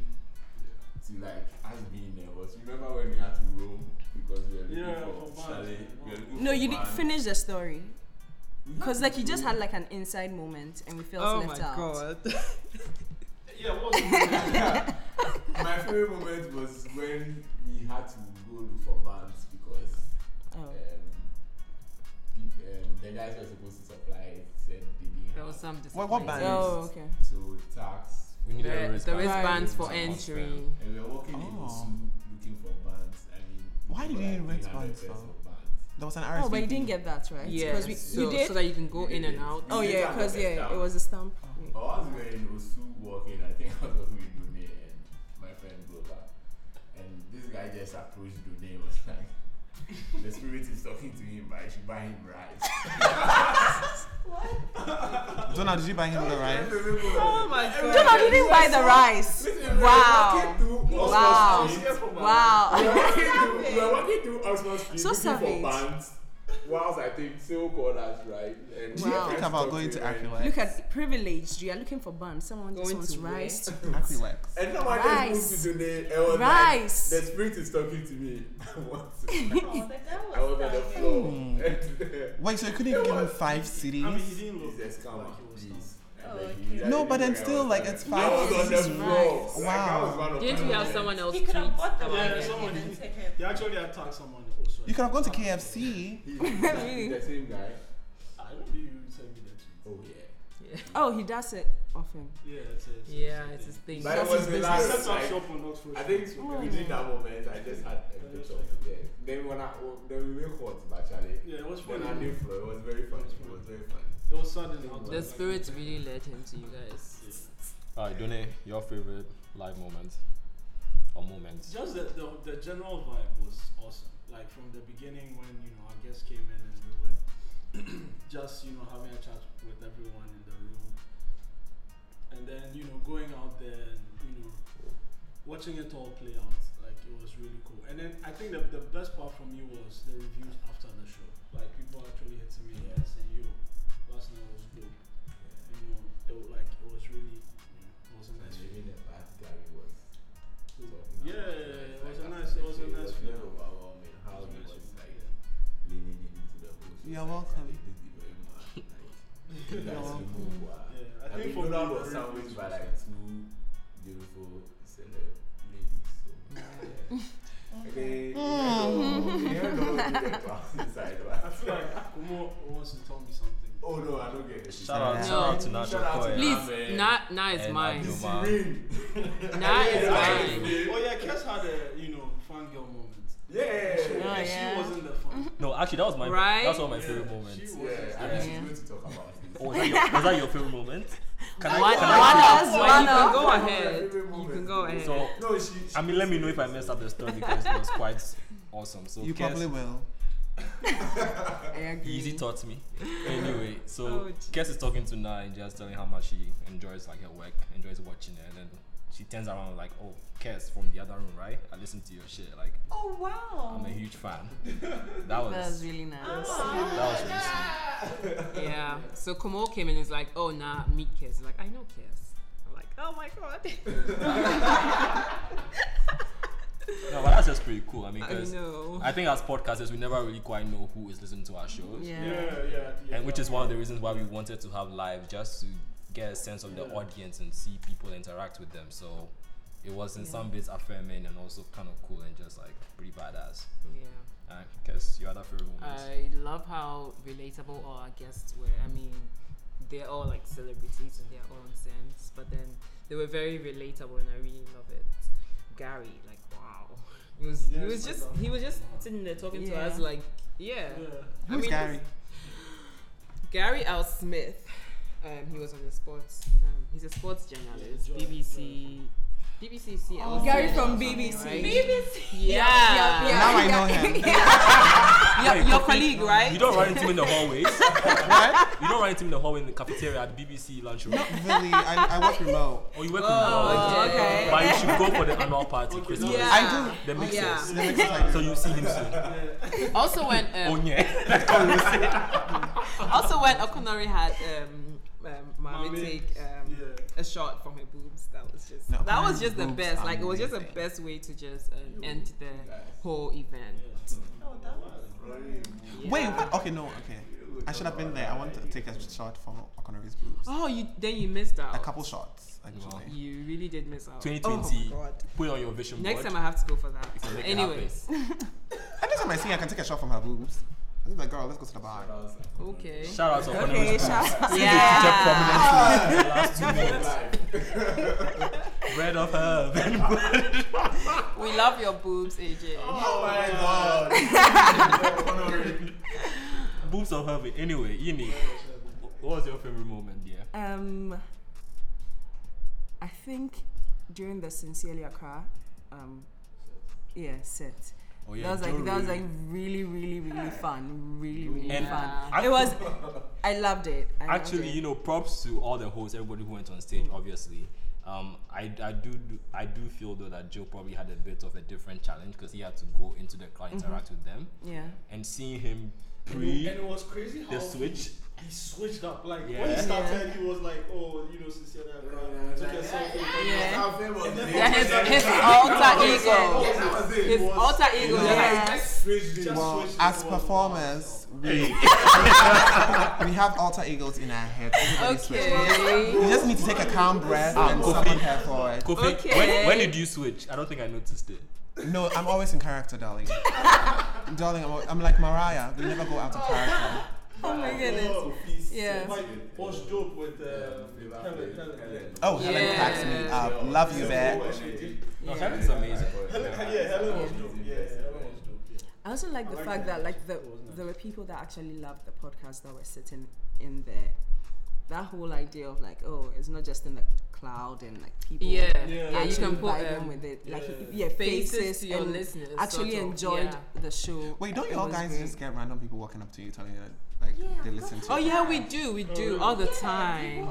to like us being nervous. Remember when we had to roam because we were looking
Yeah,
for,
for
chalet,
bands.
we were looking
No,
for
you didn't
bands.
finish the story.
We had
Because,
to
like, you just
roam.
had, like, an inside moment and we felt
Mm-hmm. Oh my
left out.
god.
Yeah, what was the
My favorite moment was when we had to go look for bands because
Oh.
um, peop- um, the the guys were supposed to supply it said they didn't
There was
have.
some
What- what
disappointment.
band?
Oh, okay.
So tax.
We need a
the, the
wristband.
wristbands for
Right.
entry.
And we were walking in
Oh.
Osu looking for bands. I mean,
Why
we
did
got
you
like
rent
300
bands
pairs
for?
of bands.
There was an RSVP.
Oh, but you didn't get that, right?
Yeah,
'Cause we,
so,
you did.
so that you can go
We
in
did
and
it.
out.
oh
you
yeah,
did
because
that.
yeah, it was a stamp.
But once we were in Osu walking, I think I was walking with Dune and my friend Glover. And this guy just approached Dune and was like, the spirit is talking to him, but I should buy him rice.
Donna, did you buy him the rice?
oh my god.
Jonah, you didn't buy the rice. Wow. Wow.
We
Wow.
were walking through- we were walking through Oxford Street
So
looking
savage.
for bands. Whilst I think Sil called us, right? And
Do you
Wow.
think about going to Aquilex?
Look at privileged. You are looking for bun. Someone just
Going
wants
to
rice. to cook.
Aquilex.
And someone
Rice.
just moved to Dune and was
Rice.
like, the spirit is talking to me. I want to-
Oh, the girl
I was on the
was stunning.
floor.
Hmm. Wait, so you couldn't give him five CDs?
I mean, he didn't look
He's a scammer.
like he was
Jeez.
Oh,
And then
okay.
he did that
No,
thing
but then
where I
still,
was
like, it's
I was
fine.
on the
Jesus
floor.
Christ.
Like, I was
Wow.
one of
Didn't
my
we have
friends.
someone else
He could
tweet
have bought the
about
Yeah,
one
it?
someone
and
did.
taken.
He actually attacked someone also.
You could have gone to KFC.
He's the same guy.
I don't think you sent me that tweet.
Oh yeah.
Oh, he does it often.
Yeah, it's a, it's a-
Yeah,
a
it's his thing.
thing.
But it
That's
was
his
the
I
last.
set up
Like,
shop on Oxford
I
Street.
think within that moment, I just had a picture of them. Then when I then we went hot, actually.
Yeah, it was
When
funny.
I knew Flo, it was very funny. It was very funny.
It was sudden. out
The
like-
spirit really led him to you guys.
Yeah.
All right, Dune, your favorite live moment or moments?
Just the, the the general vibe was awesome. Like from the beginning when you know our guests came in and we were just you know having a chat with everyone in the room, and then you know going out there and you know watching it all play out. Like it was really cool. And then I think the the best part for me was the reviews after the show. Like people actually hitting me and saying, "Yo, last night was good." You know, it was like it was really you know, it was a nice
And even
feeling.
the bad guy was. talking
Yeah,
about
it was a
like,
nice, it was a
actually,
nice
very
feeling.
overwhelming how he was like leaning into the whole show. Like,
You're
I
welcome.
did it very much, Like,
You're
that's
welcome.
removed, wow.
Yeah, I
I
think
think
for
Donald
me,
was
the
sandwiched
reviews
by
was
like two beautiful celeb ladies. So, yeah. And then, you know, you don't know who the class inside,
I
but-
feel like Kumo wants to tell me something.
Oh no, I don't get it.
Shout out,
No.
shout out to Nacho
Shout out to
Koya.
Please,
Please,
man.
now now is
And
mine.
Abdul.
Serene.
Now is mine.
Oh yeah, Kes had a you know fangirl moment.
Yeah.
Yeah,
Yeah.
she wasn't the fan.
No, actually, that was my.
Right?
That's one of my
Yeah,
favorite
She
moments.
was
I mean, she's going to talk about this.
Oh, was that, your, was that your favorite moment? Can
One, one
can I-
of- well, you can go ahead. You can go ahead.
So,
No, she.
I mean, let me know if I messed up the story because it was quite awesome. So,
You
Kes-
probably will.
I agree.
Easy taught me. Anyway, so
Oh, gee.
Kes is talking to Nai and just telling how much she enjoys like her work, enjoys watching it, and then she turns around like, "Oh, Kes from the other room, right? I listened to your shit. Like,
Oh
I'm
wow.
a huge fan." That was
That was really nice.
Oh,
that was really sweet.
Yeah. So Kumo came in and is like, oh nah, meet Kiss. Like, I know Kiss. I'm like, oh my god.
No, but that's just pretty cool. I mean,
I
because
know.
I think as podcasters, we never really quite know who is listening to our shows.
Yeah,
Yeah.
yeah, yeah.
and which is one of the reasons why we wanted to have live just to get a sense of the
Yeah.
audience and see people interact with them so it was in
Yeah.
some bits affirming and also kind of cool and just like pretty badass
Yeah.
i guess your other favorite moments
I love how relatable all our guests were. I mean, they're all like celebrities in their own sense, but then they were very relatable, and I really love it. Gary, like, wow, he was he
Yes,
was
I
just
love
he was just
him.
sitting there talking to
Yeah.
us like, yeah.
Yeah.
I
Who's
mean,
Gary?
Gary L. Smith. Um, he was on the sports. Um, he's a sports journalist,
Yeah, Joy,
BBC, BBC CLC.
Gary
or
from
something,
BBC.
right?
Yeah,
Yeah.
Now I know him.
Your-
Wait,
your
Kofi,
colleague, right?
you don't run into him in the hallways
What?
you don't run into him in the hallway in the cafeteria at the bbc lunchroom
Not really. I, I work remote.
or you work
Oh,
with him
okay.
but you should go for the annual party
Okay,
christmas
no.
I
that makes
Yeah.
sense
do. The next time.
so you see him soon
Also, when um,
oh yeah
also when Okonori had um, um, Mami
Mami,
take um,
yeah.
a shot from her boobs, that was just
No,
that was
Okonore's
just the
boobs
best.
are
Like it was just the
amazing.
best way to just um, end the whole event.
Oh, that was
Wait,
Yeah.
what? Okay, no, okay. I should have been there. I want to take a shot from Okonore's boobs.
Oh, you then you missed out.
A couple shots, actually.
You really did miss out.
2020
Oh my god.
put it on your vision
Next
board
time I have to go for that.
can make it happen.
Anyways,
And next time I see her, I can take a shot from her boobs. He's like, girl, let's go to the bar.
Okay.
Shout out to
Okay,
Honorable
shout
Speaks.
out.
Speaks to
Yeah.
Jeff prominently in the last two minutes. Bread of
Oh
herb and
We love your boobs, AJ.
Oh
my
god.
Boobs of herb. Anyway, Yini, wh- what was your favorite moment, dear?
Um, I think during the Sincerely Accra, um, yeah, set.
Oh, yeah,
that was like that was
Joru.
like really really really fun, really really
And
fun.
I-
it was, I loved it. I loved
actually
it. Mm-hmm.
you know props to all the hosts everybody who went on stage obviously um, I, I do, do I do feel though that Joe probably had a bit of a different challenge because he had to go into the crowd interact with them
Mm-hmm. Yeah.
and seeing him
And
pre
it was crazy how
the switch
he switched up. Like when
Yeah.
he started,
Yeah.
he was like, "Oh, you know, sincere that
yeah,
took
yeah,
us something."
yeah. Yeah.
And then
Yeah, his-
that
his
was it.
alter
That was
ego.
it. That was it.
His
It was-
alter
it
ego,
was
yes.
like, switched it,
Well,
switched it,
as
it was-
performers, we,
Hey.
we have alter egos in our heads. Everybody switch.
Okay.
You just need to take a calm breath
Ah,
and
Kofi.
someone care for it.
Kofi
Okay.
when, when did you switch I don't think I noticed it
No, I'm always in character, darling. darling, I'm, al- I'm like Mariah. We never go out of character.
Oh my goodness. Yeah.
Like was dope with uh, Helen. Helen.
Oh, Helen cracks me
Yeah.
up. Love you, babe.
no Helen's amazing
Helen, yeah, Helen was dope. Yeah, Helen was dope. Yeah.
I also like the
like
fact
that.
that like the,
It was nice.
there were people that actually loved the podcast that were sitting in there. That whole idea of like, oh, it's not just in the cloud and like people.
Yeah.
and
Yeah,
you
you
can
can
put,
vibe
um,
them with it. Like,
yeah,
yeah,
faces
faces,
to your
and
listeners,
Actually
sort of,
enjoyed
yeah.
the show.
Wait, don't
It
you all
was
guys
great.
just get random people walking up to you telling you that, like
Yeah,
they listen to
Oh
you?
yeah, we do, we do all the time.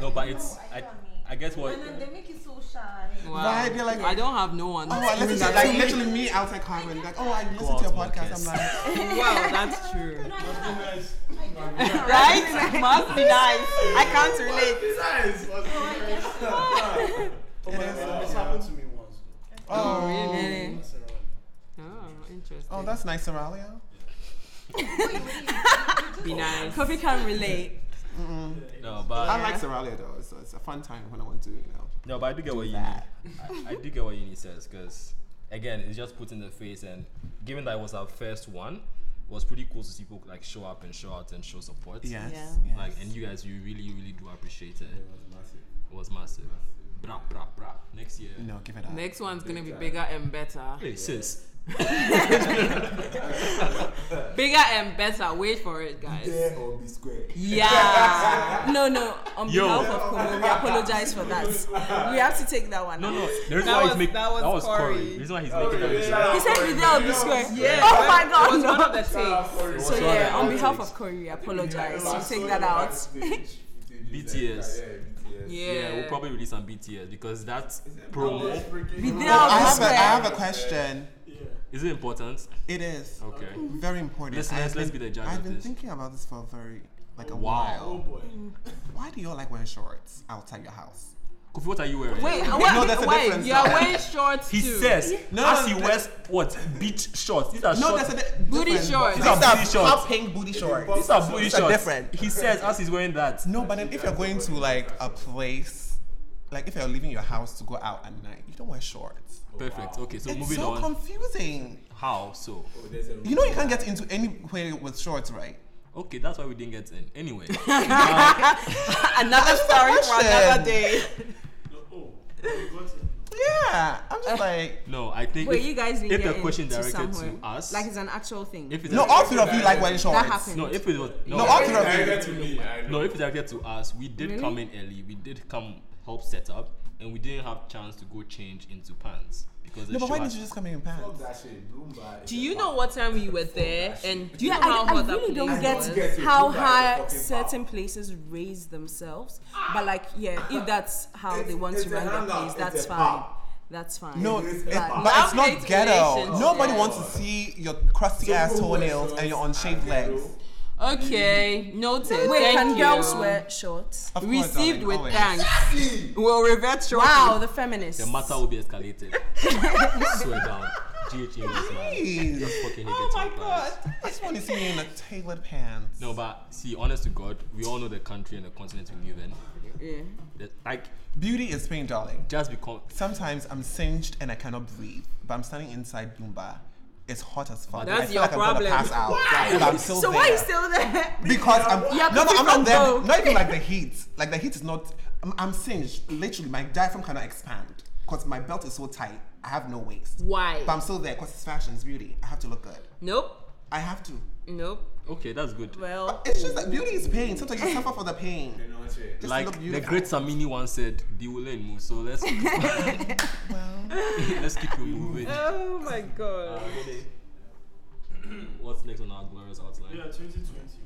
No, but it's- I- I guess what-
And then they make you so shy.
Wow.
Right, they're like-
I don't have no one.
Oh, I listen to like literally me outside Carmen. Like, oh, I listen
out
to your
to my
podcast. I'm
kids.
like,
wow, that's true.
No, I don't
Must be
have-
nice.
I don't have-
Right? Must be nice. I can't relate.
Besides, must be nice. Oh my
It is,
God, It's
yeah.
happened to me once. though.
oh,
really?
That's ironic.
Oh, interesting.
Oh, that's nice, Somalia.
be nice.
Kofi can relate.
Mm-mm.
no but
I like Somalia though. It's, it's a fun time when I want to, you know.
No, but I do get what you I,
that.
I do get what Uni says because again, it's just put in the face, and given that it was our first one, it was pretty cool to see people like show up and show out and show support.
Yes.
Yeah.
yes.
Like, and you guys, you really, really do appreciate it.
It was massive.
It was massive. Brah, brah, brah. Next year.
no, give it up.
Next one's gonna be bigger and better.
Hey, sis.
Bigger and better. Wait for it, guys.
There or be square.
Yeah.
No, no. On
Yo.
behalf of Komo, we apologize for that. We have to take that one.
No,
out.
no. The
That
reason why
was-
he's making
that was
Corey.
Corey.
The reason why he's
Oh,
making that
yeah,
is-
yeah.
He said we did be square.
Yeah.
Oh my
It
God.
was one
No.
of the takes.
So
Sorry,
yeah, on
I
behalf
was-
of Corey, we
Yeah,
apologize.
I
You
saw
take
you
that out.
backstage. You did
BTS.
that, Yeah, BTS.
Yeah.
yeah. we'll probably release on BTS because that
it
promo
We did
But I
be
have a, I
square.
have a question.
Yeah.
is it important?
It is
Okay.
very important.
Listeners,
I've
let's
been-
be the judge
I've
of
been
this.
thinking about this for a very, like a
Wow.
Oh
while.
boy.
Why do you all like wearing shorts outside your house?
Kofi, what are you wearing?
Wait,
No, that's
what?
a
wait.
difference
You are
now.
wearing shorts
He
too.
says
No,
as he
the-
wears what beach shorts. These are
No,
shorts.
that's a di-
Booty
different.
shorts.
These
These are
are
booty shorts.
hot pink booty shorts.
These are booty
These are
shorts.
different.
He says as he's wearing that.
No, but then if you're going to like a place, like if you're leaving your house to go out at night, you don't wear shorts.
Perfect. Okay, so
it's
moving
so
on.
confusing.
How so?
Oh, there's a
You know you can't get into anywhere with shorts, right?
Okay, that's why we didn't get in. Anyway,
another story for another
question.
day.
No, oh, you got it.
Yeah, I'm just like
no, I think
Wait,
if,
you guys didn't
if
get
the question
into
directed
somewhere.
to us,
Like it's an actual thing.
if it's
no. All three of you like wearing shorts.
that happened.
no, if it was no,
No, all three of you.
Directed to me. I
no,
know.
if it's directed to us, we did
Really?
come in early. We did come help set up, and we didn't have chance to go change into pants because
No,
the
but why
show
didn't
had-
you just come in your pants?
Fuck that shit. Bloomba is
Do
a
you
fuck.
know what time we were there? And do you
yeah,
know how
I, I
hot that
really don't
place
get,
was?
Get it.
how
Look like a
high
fucking
certain
bar.
places raise themselves, but like, yeah, if that's how they
It's-
want
it's
to
a
run the
hangout,
place,
it's
that's
a
fine.
pub.
That's fine.
No, eh,
It
it,
is
but
bad.
it's not
Love-hate
ghetto.
relations,
Nobody
yeah.
wants to see your crusty ass
Who wears
toenails
shorts
and your unshaved
and
legs.
yellow?
Okay, noted.
Wait,
Thank
can
you.
girls wear shorts?
Of course,
Received
darling,
with
always.
thanks. We'll revert shortly.
Wow, the feminists.
the matter will be escalated. Swear down, GH English man.
Jeez.
Just fucking oh my god.
I just want to see you in a tailored pants.
No, but see, honest to God, we all know the country and the continent we live in.
Yeah.
That- Like,
Beauty is pain, darling.
just because
Sometimes I'm singed and I cannot breathe, but I'm standing inside Bloomba It's hot as fuck.
That's
I feel
your
like
problem.
I'm gonna pass out.
Why?
But I'm still
so
there.
why are you still there?
Because I'm
Yeah,
no, no,
because
I'm not
you
there.
don't go.
Not even like the heat. Like the heat is not. I'm, I'm singed. Literally, my diaphragm cannot expand because my belt is so tight. I have no waist.
Why?
But I'm still there because it's fashion, it's beauty. I have to look good.
Nope.
I have to.
Nope.
Okay, that's good.
Well,
It's just that beauty is pain. Sometimes you suffer for the pain. Just
like
look
the
beautiful.
great Samini once said, the will move. So let's let's keep it moving.
oh my god.
What's next on our glorious outline?
Yeah, 2020.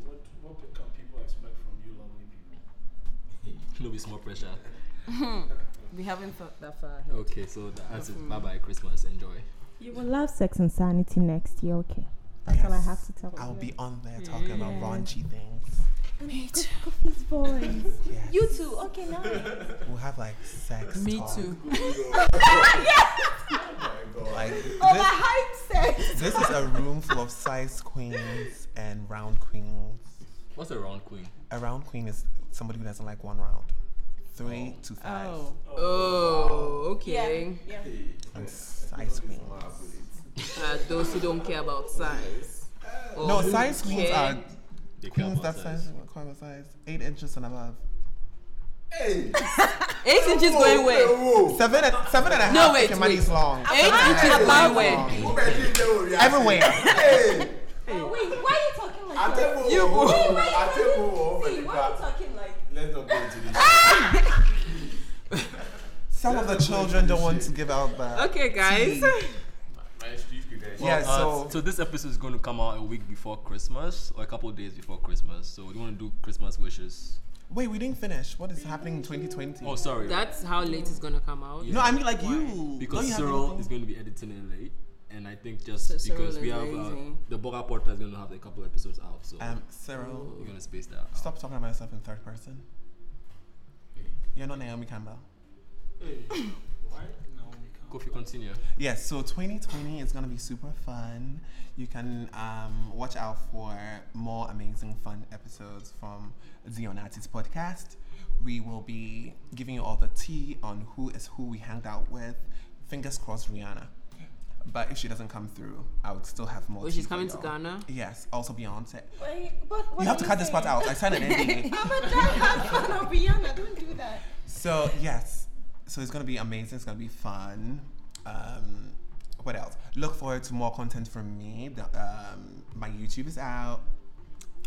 What what can people expect from you, lovely people?
No be small pressure.
Hmm. We haven't thought that far. ahead.
Okay, so that's it. Bye bye Christmas. Enjoy.
You will love Sex and Sanity next year, okay? That's all I have to tell
I'll
you.
be on there talking about
Yeah.
raunchy things.
Me too. Coffee's boys.
Yes.
You too. Okay, now.
We'll have like sex.
Me
talk.
too.
Like
Oh,
this,
my hype sex.
this is a room full of size queens and round queens.
What's a round queen?
A round queen is somebody who doesn't like one round. Three to five.
Oh.
Oh, okay.
Yeah.
And size queens.
Uh, those who don't care about size. Or
No,
who
size queens
care-
are
Oh, They care
queens
about
that
size.
size, quite about size, eight inches and above.
Hey!
Eight inches going where?
Whoa!
Seven, and, seven and a half.
No, wait,
if your money
wait.
is long.
Eight inches
Long.
going where?
Who better than you?
Everywhere.
Hey!
Oh, wait, why are you talking
I
like that?
tell
You-
you, I
Wait,
tell you, over
See, why are
the
you
back.
talking like
Let's not go into this.
Some of the children don't want to give out the.
Okay, guys.
My street credentials.
Yeah,
Uh,
so,
so this episode is going to come out a week before Christmas or a couple of days before Christmas. So do you want to do Christmas wishes?
wait, we didn't finish. What is happening in 2020?
Oh, sorry.
That's how late it's gonna come out.
Yeah.
no, I mean like you.
because
Don't you have
Cyril
anything?
is going to be editing it late, and I think just
So Cyril
because we
is
have uh,
lazy.
the Boga podcast is going to have a couple episodes out, so
Um, Cyril,
you're going to space that out.
stop talking about yourself in third person. You're not Naomi Campbell.
Hey, why now we can't?
Kofi, continue.
Yes, so 2020 is going to be super fun. You can um, watch out for more amazing, fun episodes from Zionati's podcast. We will be giving you all the tea on who is who we hanged out with. Fingers crossed, Rihanna. But if she doesn't come through, I would still have more.
Oh,
tea
she's
for
coming to
y'all.
Ghana?
Yes, also Beyonce.
Wait, but what
You
are
have to cut this part
saying?
out. I signed an NDA.
Oh, but that has no Rihanna. Don't do that.
So yes, so it's gonna be amazing. It's gonna be fun. Um, what else? Look forward to more content from me. The, um, my YouTube is out,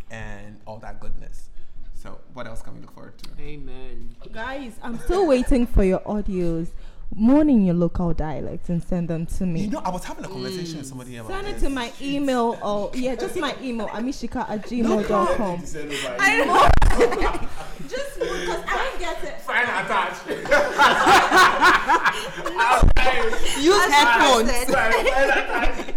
and all that goodness. So what else can we look forward to?
Amen.
Guys, I'm still waiting for your audios. Mourn in your local dialect and send them to me.
You know, I was having a conversation with somebody about
Send it
this.
Mm. to my email or yeah, just my email, amishika at gmail.com.
Send over
I
email.
know. just because I don't get it.
Sign attached.
Use headphones.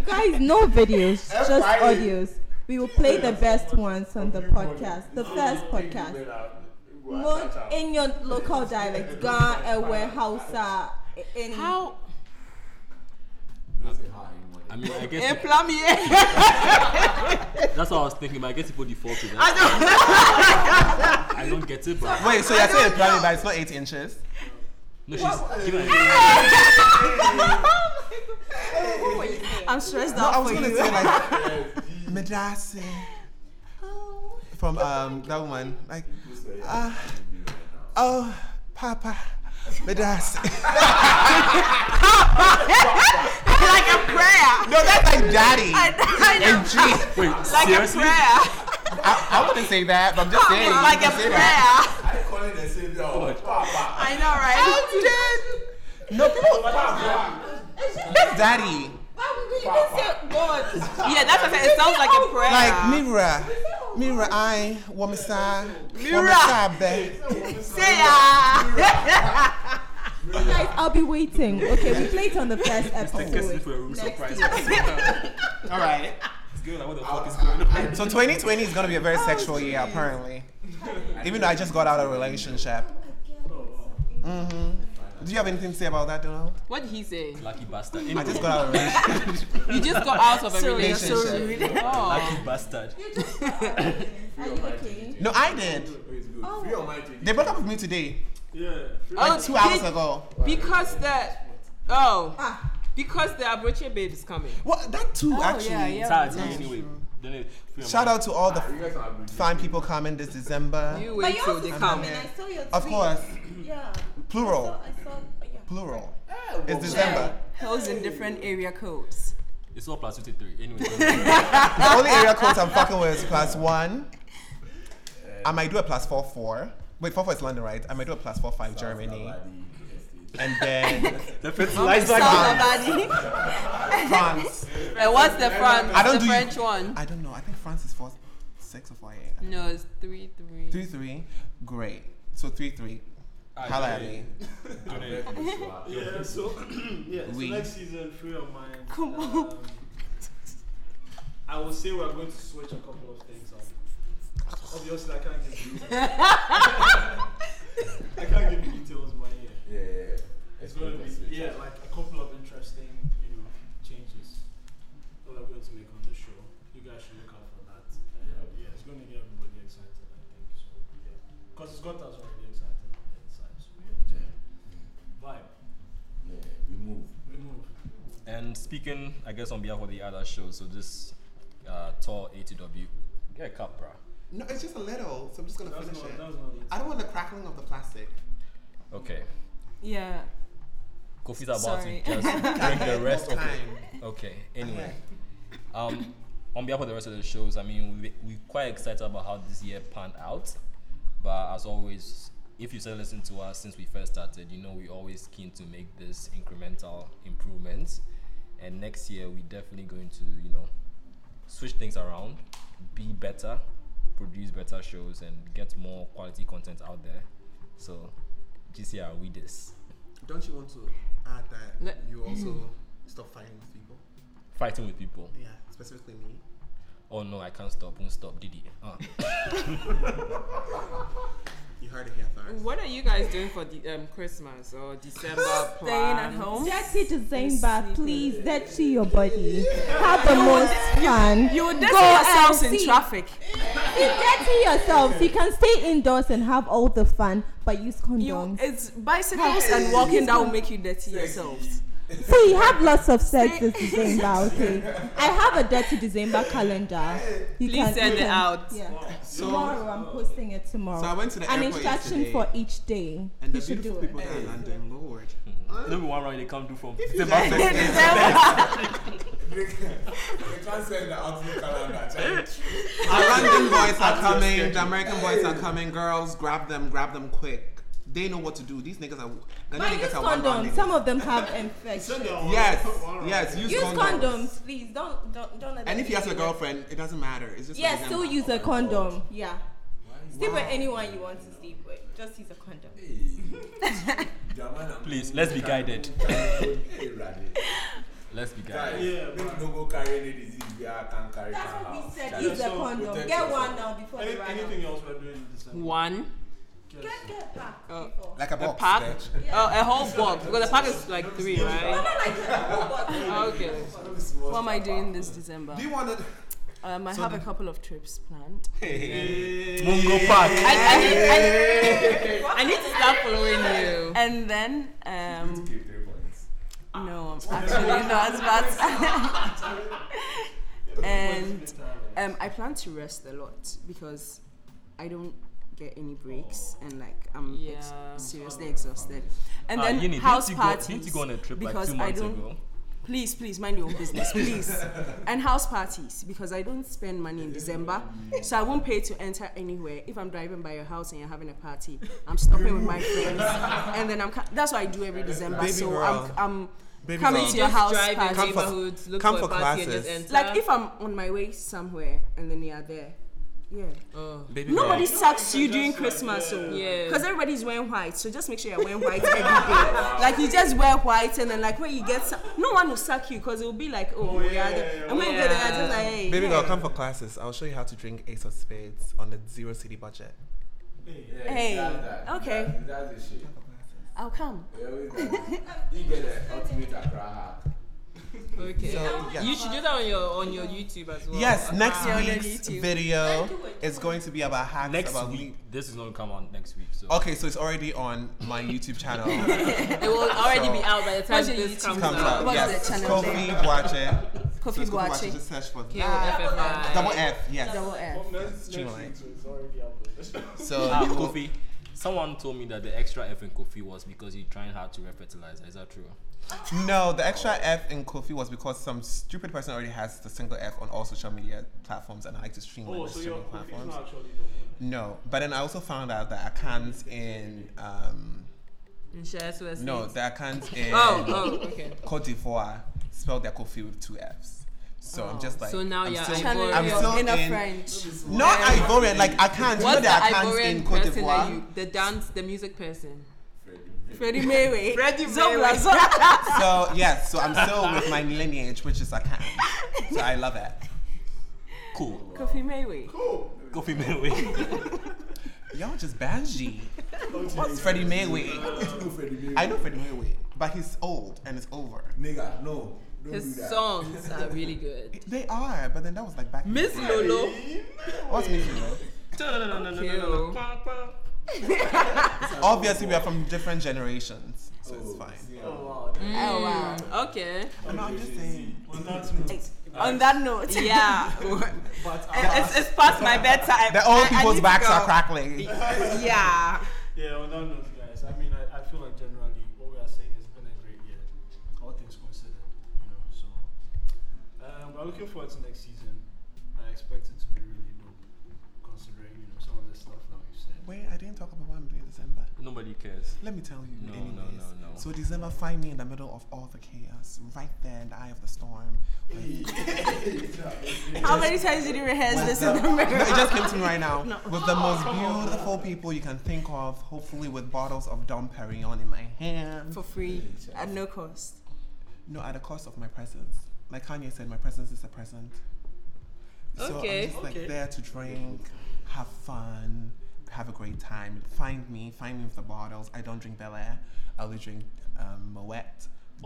Guys, no videos, just
Right.
audios. We will play the best ones on the podcast, the first podcast. Mourn in your local dialect, Ga, Ewe, Hausa, uh, in
How?
I mean, I
Eh,
guess
plum, yeah.
that's what I was thinking, but I guess people default to that. I don't get it, but
Wait, so you're saying it's probably, but it's not eight inches.
no, she's giving
I'm stressed
I
out
was
for
gonna
you.
say like Medase from um that woman like uh, oh Papa Medase.
like a prayer.
no, that's like daddy.
I know.
And G.
Wait,
Like
seriously?
a prayer.
I, I wouldn't say that, but I'm just saying. you
like
can
a
say
prayer.
that.
I call it the savior of Papa.
I know, right?
No, people,
Papa.
that's daddy.
Yeah, that's what I said. It sounds like a prayer.
Like Mira, Mira, I Wamasa, Wamasa, be.
Say ah.
uh, Guys, I'll be waiting. Okay, we played on the first
Kissing
episode.
for a room surprise.
All right.
This girl, like, what the fuck is going on?
So 2020 is gonna be a very sexual year, apparently. Even though I just got out of a relationship. Mm-hmm. Do you have anything to say about that, Donald?
What did he say?
Lucky bastard.
I
Anyway,
just got out of a relationship.
You just got out of a
Sorry,
relationship.
Relationship.
sorry.
Oh.
lucky bastard.
Are you okay?
No, I did.
It's good.
Oh.
Free on my
They broke up with me today,
Yeah. free-
Oh,
two hours
did-
ago.
Because that. Oh.
Ah,
Because the Abroche babe is coming. Oh,
Well, that too, actually.
Tati, anyway. Then it- Free
Shout
Amara.
out to all
Ah,
the fine people coming this December.
You wait till they
I'm
come.
here.
I saw your
Of
tweet.
course.
Yeah.
Plural.
I saw. I saw yeah.
Plural.
Oh,
It's December.
Codes in different area codes.
It's all plus 53. Anyway.
the only area codes I'm fucking with is plus one. I might do a plus four four. Wait, four four is London, right? I might do a plus four five Germany. And then
the fifth
lies
Saw
like that.
nobody.
France.
And what's the French?
I don't
the
do-
French one.
I don't know. I think France is four six or four eight.
No, it's three three.
Three three. Great. So three three. Holla at me.
Yeah, so yeah,
We.
so next season, free of mind.
Come
um, I will say we're going to switch a couple of things up. Obviously, I can't give details. I can't give you details, but yeah,
Yeah, yeah, yeah.
it's going to be yeah, like a couple of interesting, you know, changes that we're going to make on the show. You guys should look out for that. And, yeah, it's going to get everybody excited, I think. So yeah, because it's got us already excited on the inside. So yeah, vibe.
Yeah, we move.
We move.
And speaking, I guess, on behalf of the other shows, so this uh, tour ATW, get a cup, bruh.
No, it's just a little, so I'm just gonna
That's
finish
not,
it.
that's not it.
I don't want the crackling of the plastic.
Okay.
Yeah.
Kofi's about
Sorry.
to just drink the rest of it.
Time.
Okay. Anyway, um, on behalf of the rest of the shows, I mean, we we quite excited about how this year panned out. But as always, if you still listen to us since we first started, you know we always keen to make this incremental improvements. And next year, we definitely going to you know switch things around, be better, produce better shows, and get more quality content out there. So, GCR, we this.
Don't you want to add that
Le-
you also stop fighting with people?
Fighting with people.
Yeah, specifically me.
Oh no, I can't stop. Won't stop. Didi. Uh.
You heard it here first.
What are you guys doing for the um, Christmas or December plans?
Staying at home.
Dirty to
Sleeping.
Zimba, please. Dirty your body. Have the most fun.
You would
Go
yourselves
and
in
see.
traffic.
See, dirty yourselves. You can stay indoors and have all the fun, but use
You,
condoms.
uh,
it's bicycles and walking that will make you dirty yourselves.
See, have lots of sex this December, okay? I have a dirty December calendar. You
Please send
you
it out.
Yeah.
So-
Tomorrow, I'm posting it tomorrow.
So I went to the
An
airport
instruction
yesterday,
for each day.
and
you
the
should do
beautiful
it.
people that are London, Lord.
Don't be one round they come do from.
You can't send the outlook calendar. child.
Our London boys are coming. The American boys are coming. Girls, grab them, grab them quick. They know what to do. These niggas are. Ghana
But use
niggas are one round
condoms.
niggas.
Some of them have infections.
Yes, yes. Use,
Use condoms, please. Don't don't don't. let them
And if you ask
see
a
you.
girlfriend, it doesn't matter. It's just.
yeah,
for
still
example.
use a condom. Yeah, sleep with
Wow.
anyone you want to sleep with. Just use a condom.
Jamana,
Please, let's be guided.
Hey, Rade.
Let's be guys.
Guys,
Yeah,
make no go carry any disease we are can carry
That's
from
what we
house.
said.
Child.
Use a
yourself,
condom.
protect
Get one
yourself.
now before
Any,
you run out.
anything else we're doing in December?
One.
Yes.
Get get packed
Oh.
before.
Like a
A
box.
pack?
bitch.
Oh, a whole box. Because the pack is like three,
No,
right?
no, like a whole bottle.
Okay.
What am I doing this December?
Do you want to?
Um, I have a couple of trips planned.
Mungo Park.
I, I, need, I, I need to start following you.
And then, um,
Give three points.
no, I'm actually not, but. and um, I plan to rest a lot because I don't get any breaks and like I'm ex-
Yeah.
seriously exhausted. And
Ah,
then
Yini,
house
didn't you
parties.
Go, didn't you go on a trip like
because
two
I
months
don't
ago?
Please, please mind your own business, please. and house parties because I don't spend money in December, so I won't pay to enter anywhere. If I'm driving by your house and you're having a party, I'm stopping with my friends, and then I'm. Ca- that's what I do every December.
Baby
so
girl.
I'm, I'm
Baby
coming
girl.
to
You
your
Just
house
drive in
party.
Come for-
neighborhoods, look
come
for a
for
party and just
classes.
enter.
Like if I'm on my way somewhere and then you're there, yeah.
Oh.
Baby
Nobody
girl.
sucks
you
you
can
during
just, like,
Christmas, so
yeah.
because everybody's wearing white, so just make sure you're wearing white every day. Like you just wear white, and then like when you get, su- no one will suck you because it will be like, oh, yeah, and when you get there,
yeah.
you're just like, hey,
Baby
yeah.
girl, come for classes. I'll show you how to drink Ace of Spades on the zero city budget.
Yeah,
Hey,
that's that.
okay.
That's, that's the shit.
I'll come.
We always do that. You get an ultimate Accra hack.
Okay.
So, yeah.
You should do that on your on your YouTube as well.
uh,
Ah.
Yes, next
Wow.
week's video is going to be about hacks.
Next
about
week. This is gonna come out next week. So
Okay, so it's already on my YouTube channel.
It will already be out by the time
What's your
this
YouTube
comes
Comes
out.
out.
What's
Yes.
the channel
Kofi
name?
Boache.
Kofi
So it's Kofi
Boache.
Just search for that.
KOFFI.
Double F. Yes.
Double F.
next, next
July.
week, so it's already uploaded.
So
Ah,
you will-
Kofi. Someone told me that the extra F in Kofi was because he's trying hard to refertilize. Is that true?
No, the extra F in Kofi was because some stupid person already has the single F on all social media platforms and I like to streamline
oh,
the
so your
streaming
cookie's
platforms.
not actually no more.
No, but then I also found out that accounts in um
Shares with
no, the accounts in
Oh, oh, okay.
Cote d'Ivoire spelled their Kofi with two Fs. So I'm just like
Oh. so now
I'm
you're
still-
Channel
I'm
your
still
inner
in-
French.
not Ivorian, like accounts. You
What's
know the
the
accounts in
Ivorian
Cote
person that
d'Ivoire.
you, the dance, the music person?
Freddie Mayway.
Freddie
Zobla,
Mayway.
Zobla.
So yes, so I'm still with my lineage, which is accounts. So I love it.
Cool.
Kofi Mayway.
Kofi Maywe.
Y'all just banji. What's Freddie Mayway?
No, Freddie Maybach.
I know Freddie Mayway, but he's old and it's over.
Nigga, no. Don't do
His
that.
songs are really good.
They are, but then that was like back. in the
Miss
day.
Lolo.
What's Miss Lolo?
Ew.
Obviously, we are from different generations, so it's
Oh,
fine.
yeah.
Oh, wow. dude.
Mm.
Oh wow.
Mm. Okay.
No, I'm just saying.
On that note,
On that note,
Yeah.
but
it's, it's past my bedtime.
The old
I- I need
people's
to
backs are
go.
crackling.
Yeah.
Yeah, on that note, guys, I mean, I, I feel like generally what we are saying has been a great year, all things considered, you know. So, um, we're looking forward to next season. I expect it to be really dope, considering, you know, some of the stuff that we've said.
Wait, I didn't talk about what I'm doing in December.
Nobody cares.
Let me tell you,
No, no,
anyways.
no, no.
So December, find me in the middle of all the chaos, right there in the eye of the storm. With-
How many times did you rehearse this in the
No,
mirror?
it just came to me right now. With the most beautiful people you can think of, hopefully with bottles of Dom Perignon in my hand.
For free, at no cost.
No, at the cost of my presence. Like Kanye said, my presence is a present. So
Okay.
I'm just like
Okay.
there to drink, have fun, have a great time. Find me, find me with the bottles. I don't drink Bel Air. I only drink um, Moet,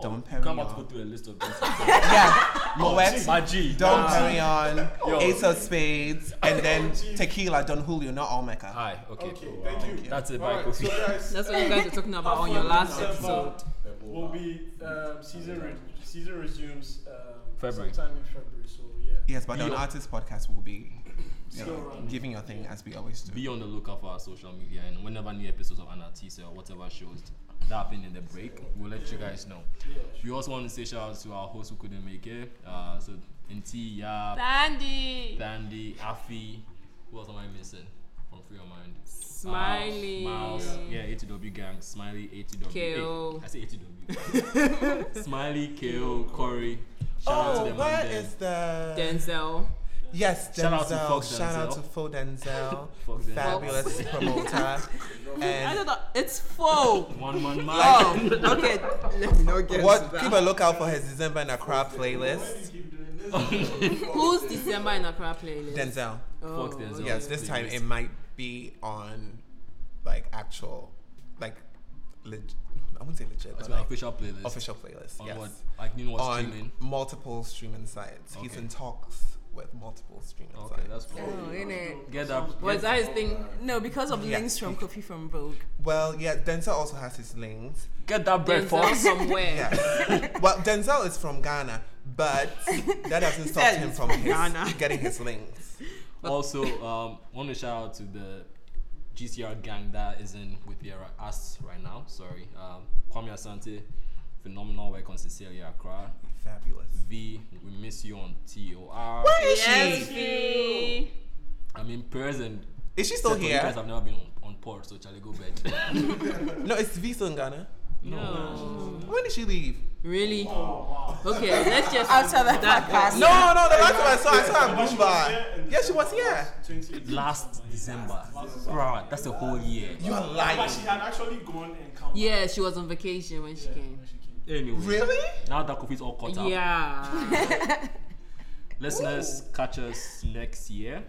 Dom
Oh, come out to go
Perignon.
through a list of things. Oh,
Yeah,
Oh,
Moet,
My G.
Dom
Nah.
Perignon,
Yo.
Ace of Spades, and then tequila, Don Julio, not Olmeca.
Hi. Okay.
Okay, thank you.
That's it.
All
Bye,
right, so
Kofi.
guys,
That's what you guys were talking about on your
After
last
December,
episode.
uh, Will be um, season re- season resumes um,
February.
sometime in February. So yeah,
Yes, but on
Yo.
Artist Podcast will be you
Still
know,
running.
giving your thing as we always do.
Be on the lookout for our social media and whenever new episodes of Anatisa or whatever shows that happen in the break, we'll let you guys know. We also want to say shout out to our hosts who couldn't make it. Uh, so Nti, Yap,
Bandy.
Dandy, Afi. Who else am I missing from Free Your Mind?
Smiley.
Miles, Miles, yeah, ATW gang, Smiley, ATW.
Ko.
Hey, I say ATW. Smiley, KO, Corey. Shout out to them.
Oh, where
and them.
is the
Denzel.
Yes, Denzel.
Shout out to Fox
Shout out
Denzel.
to Faux Denzel,
Fox Denzel.
fabulous promoter.
I don't
And
know. It's full.
One man, man.
Oh, okay. Let me not get
what?
into that.
Keep a lookout for his December and Accra playlist.
Who's December in Accra playlist?
Denzel.
Oh,
Fuck Denzel.
Yes, this time
Playlist.
it might be on, like actual, like, leg- I wouldn't say legit,
That's
but
my
like,
official playlist.
official playlist.
On
Yes.
what? Like, you know what's
On
streaming?
multiple streaming sites. He's
Okay.
in talks with multiple streaming
Okay,
sites.
that's cool.
Oh, innit?
Get that.
Was
Get,
that his thing?
No, because of
Yeah.
links from Kofi from Vogue.
Well, yeah, Denzel also has his links.
get that bread,
Denzel
Fox.
from where?
Yes. well, Denzel is from Ghana, but that doesn't stop
said
him
he's
from
from
his,
Ghana.
getting his links.
also, um, want to shout out to the GCR gang that is in with their us right now. Sorry, um, Kwame Asante, phenomenal work on Cecilia Accra.
Fabulous.
V, we miss you on TOR.
Yes, B.
I mean, prayers and
Is she still
except for You guys
here?
have never been on, on port, so Charlie, go bed.
No, it's V still in Ghana.
No.
When did she leave?
Really? Okay, let's just
After the
that
podcast.
No, no, the last time I saw, I saw her
But
in
she was here
Boomba.
in
Yeah, she was
December.
here.
Last December, bruh, that's a whole year.
You are
But
lying.
she had actually gone and come.
Yeah, she was on vacation when she
back
came.
when she came.
Anyway,
Really?
now that coffee's all caught up.
Yeah.
Listeners, catch us next year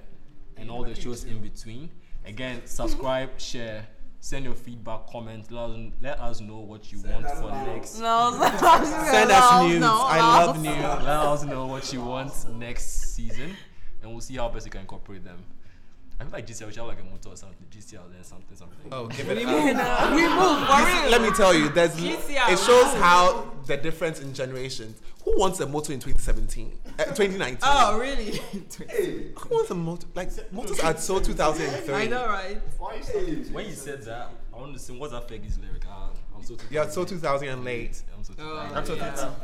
and all the shows in between. Again, subscribe, share, Send your feedback, comment. Let us, let us know what you want
us
for
love.
next.
No, I was like, I was gonna
Send
say,
us
love,
news.
no,
I
love.
love news. Let us know what you want next season, and we'll see how best you can incorporate them. I feel like GCL we should have like a motto or something. GCL then something something.
Oh, give it
We
up.
move.
You see, Let me tell you, there's
GCR,
it shows
wow.
how the difference in generations. Who wants a motor in 2017? Uh, 2019.
Oh, really?
Who wants a motor? Like motors are so 2003.
I know, right?
When you said that, I want to sing what's that Fergie's lyric? Uh, I'm so
Yeah, so 2000 and late.
I'm so 2000.
I'm so
Oh, Yeah.
2000.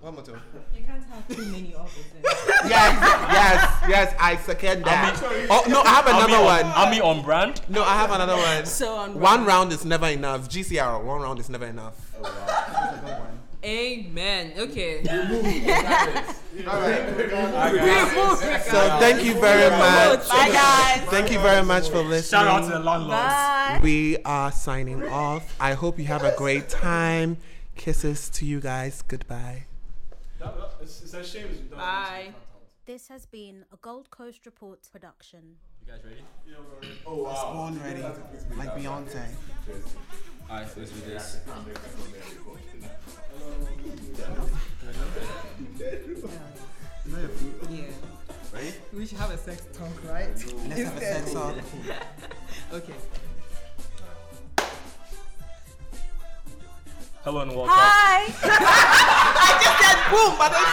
One motor.
You can't have too many opposites.
yes, yes, yes. I second that.
Ami-
oh no, I have
Ami
another
on-
one.
Ami on brand.
No, I have another one.
So on
one
brand.
round is never enough. GCR, one round is never enough.
Amen. Okay.
So thank you very much.
Bye, guys.
Thank you very much for listening.
Shout out to the landlords. Bye.
We are signing off. I hope you have a great time. Kisses to you guys. Goodbye.
That, that, it's, it's a shame. That
Bye. uh, This has been a Gold Coast Reports production.
You guys ready?
Oh wow.
Born ready, like Beyonce.
Alright, let's do this.
Yeah. We should have a sex talk, right?
Let's have a sex talk.
okay.
Hello and welcome.
Hi. I just said boom, but then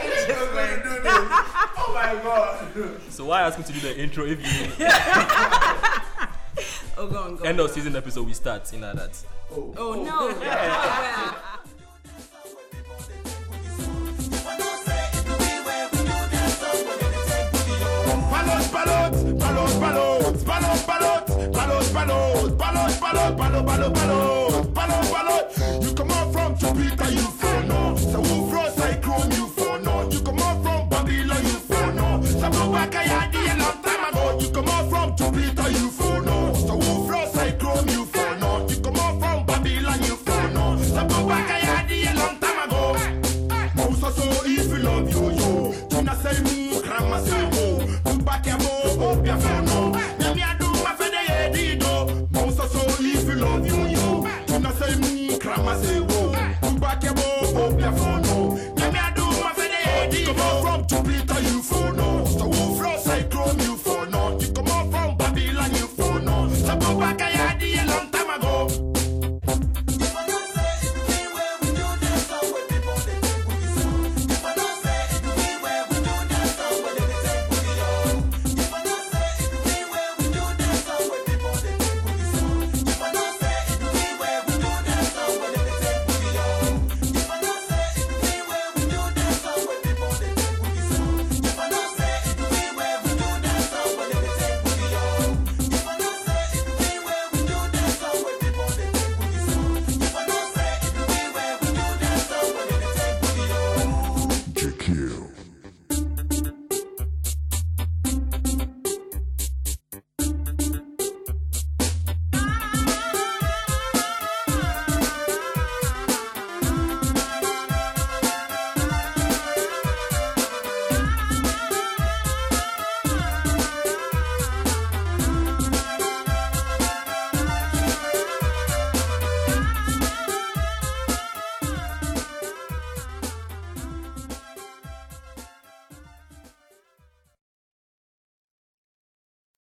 she shouted and then everything just went.
oh my god.
So why ask me to do the intro if you
Oh, go on, go on.
end of season episode we start in that?
Oh,
Oh, no.
Yeah.
Balot, balot, balot, balot, balot, balot, balot, balot, balot, balot, balot, balot, balot, balot, balot. You come out from Jupiter, you from no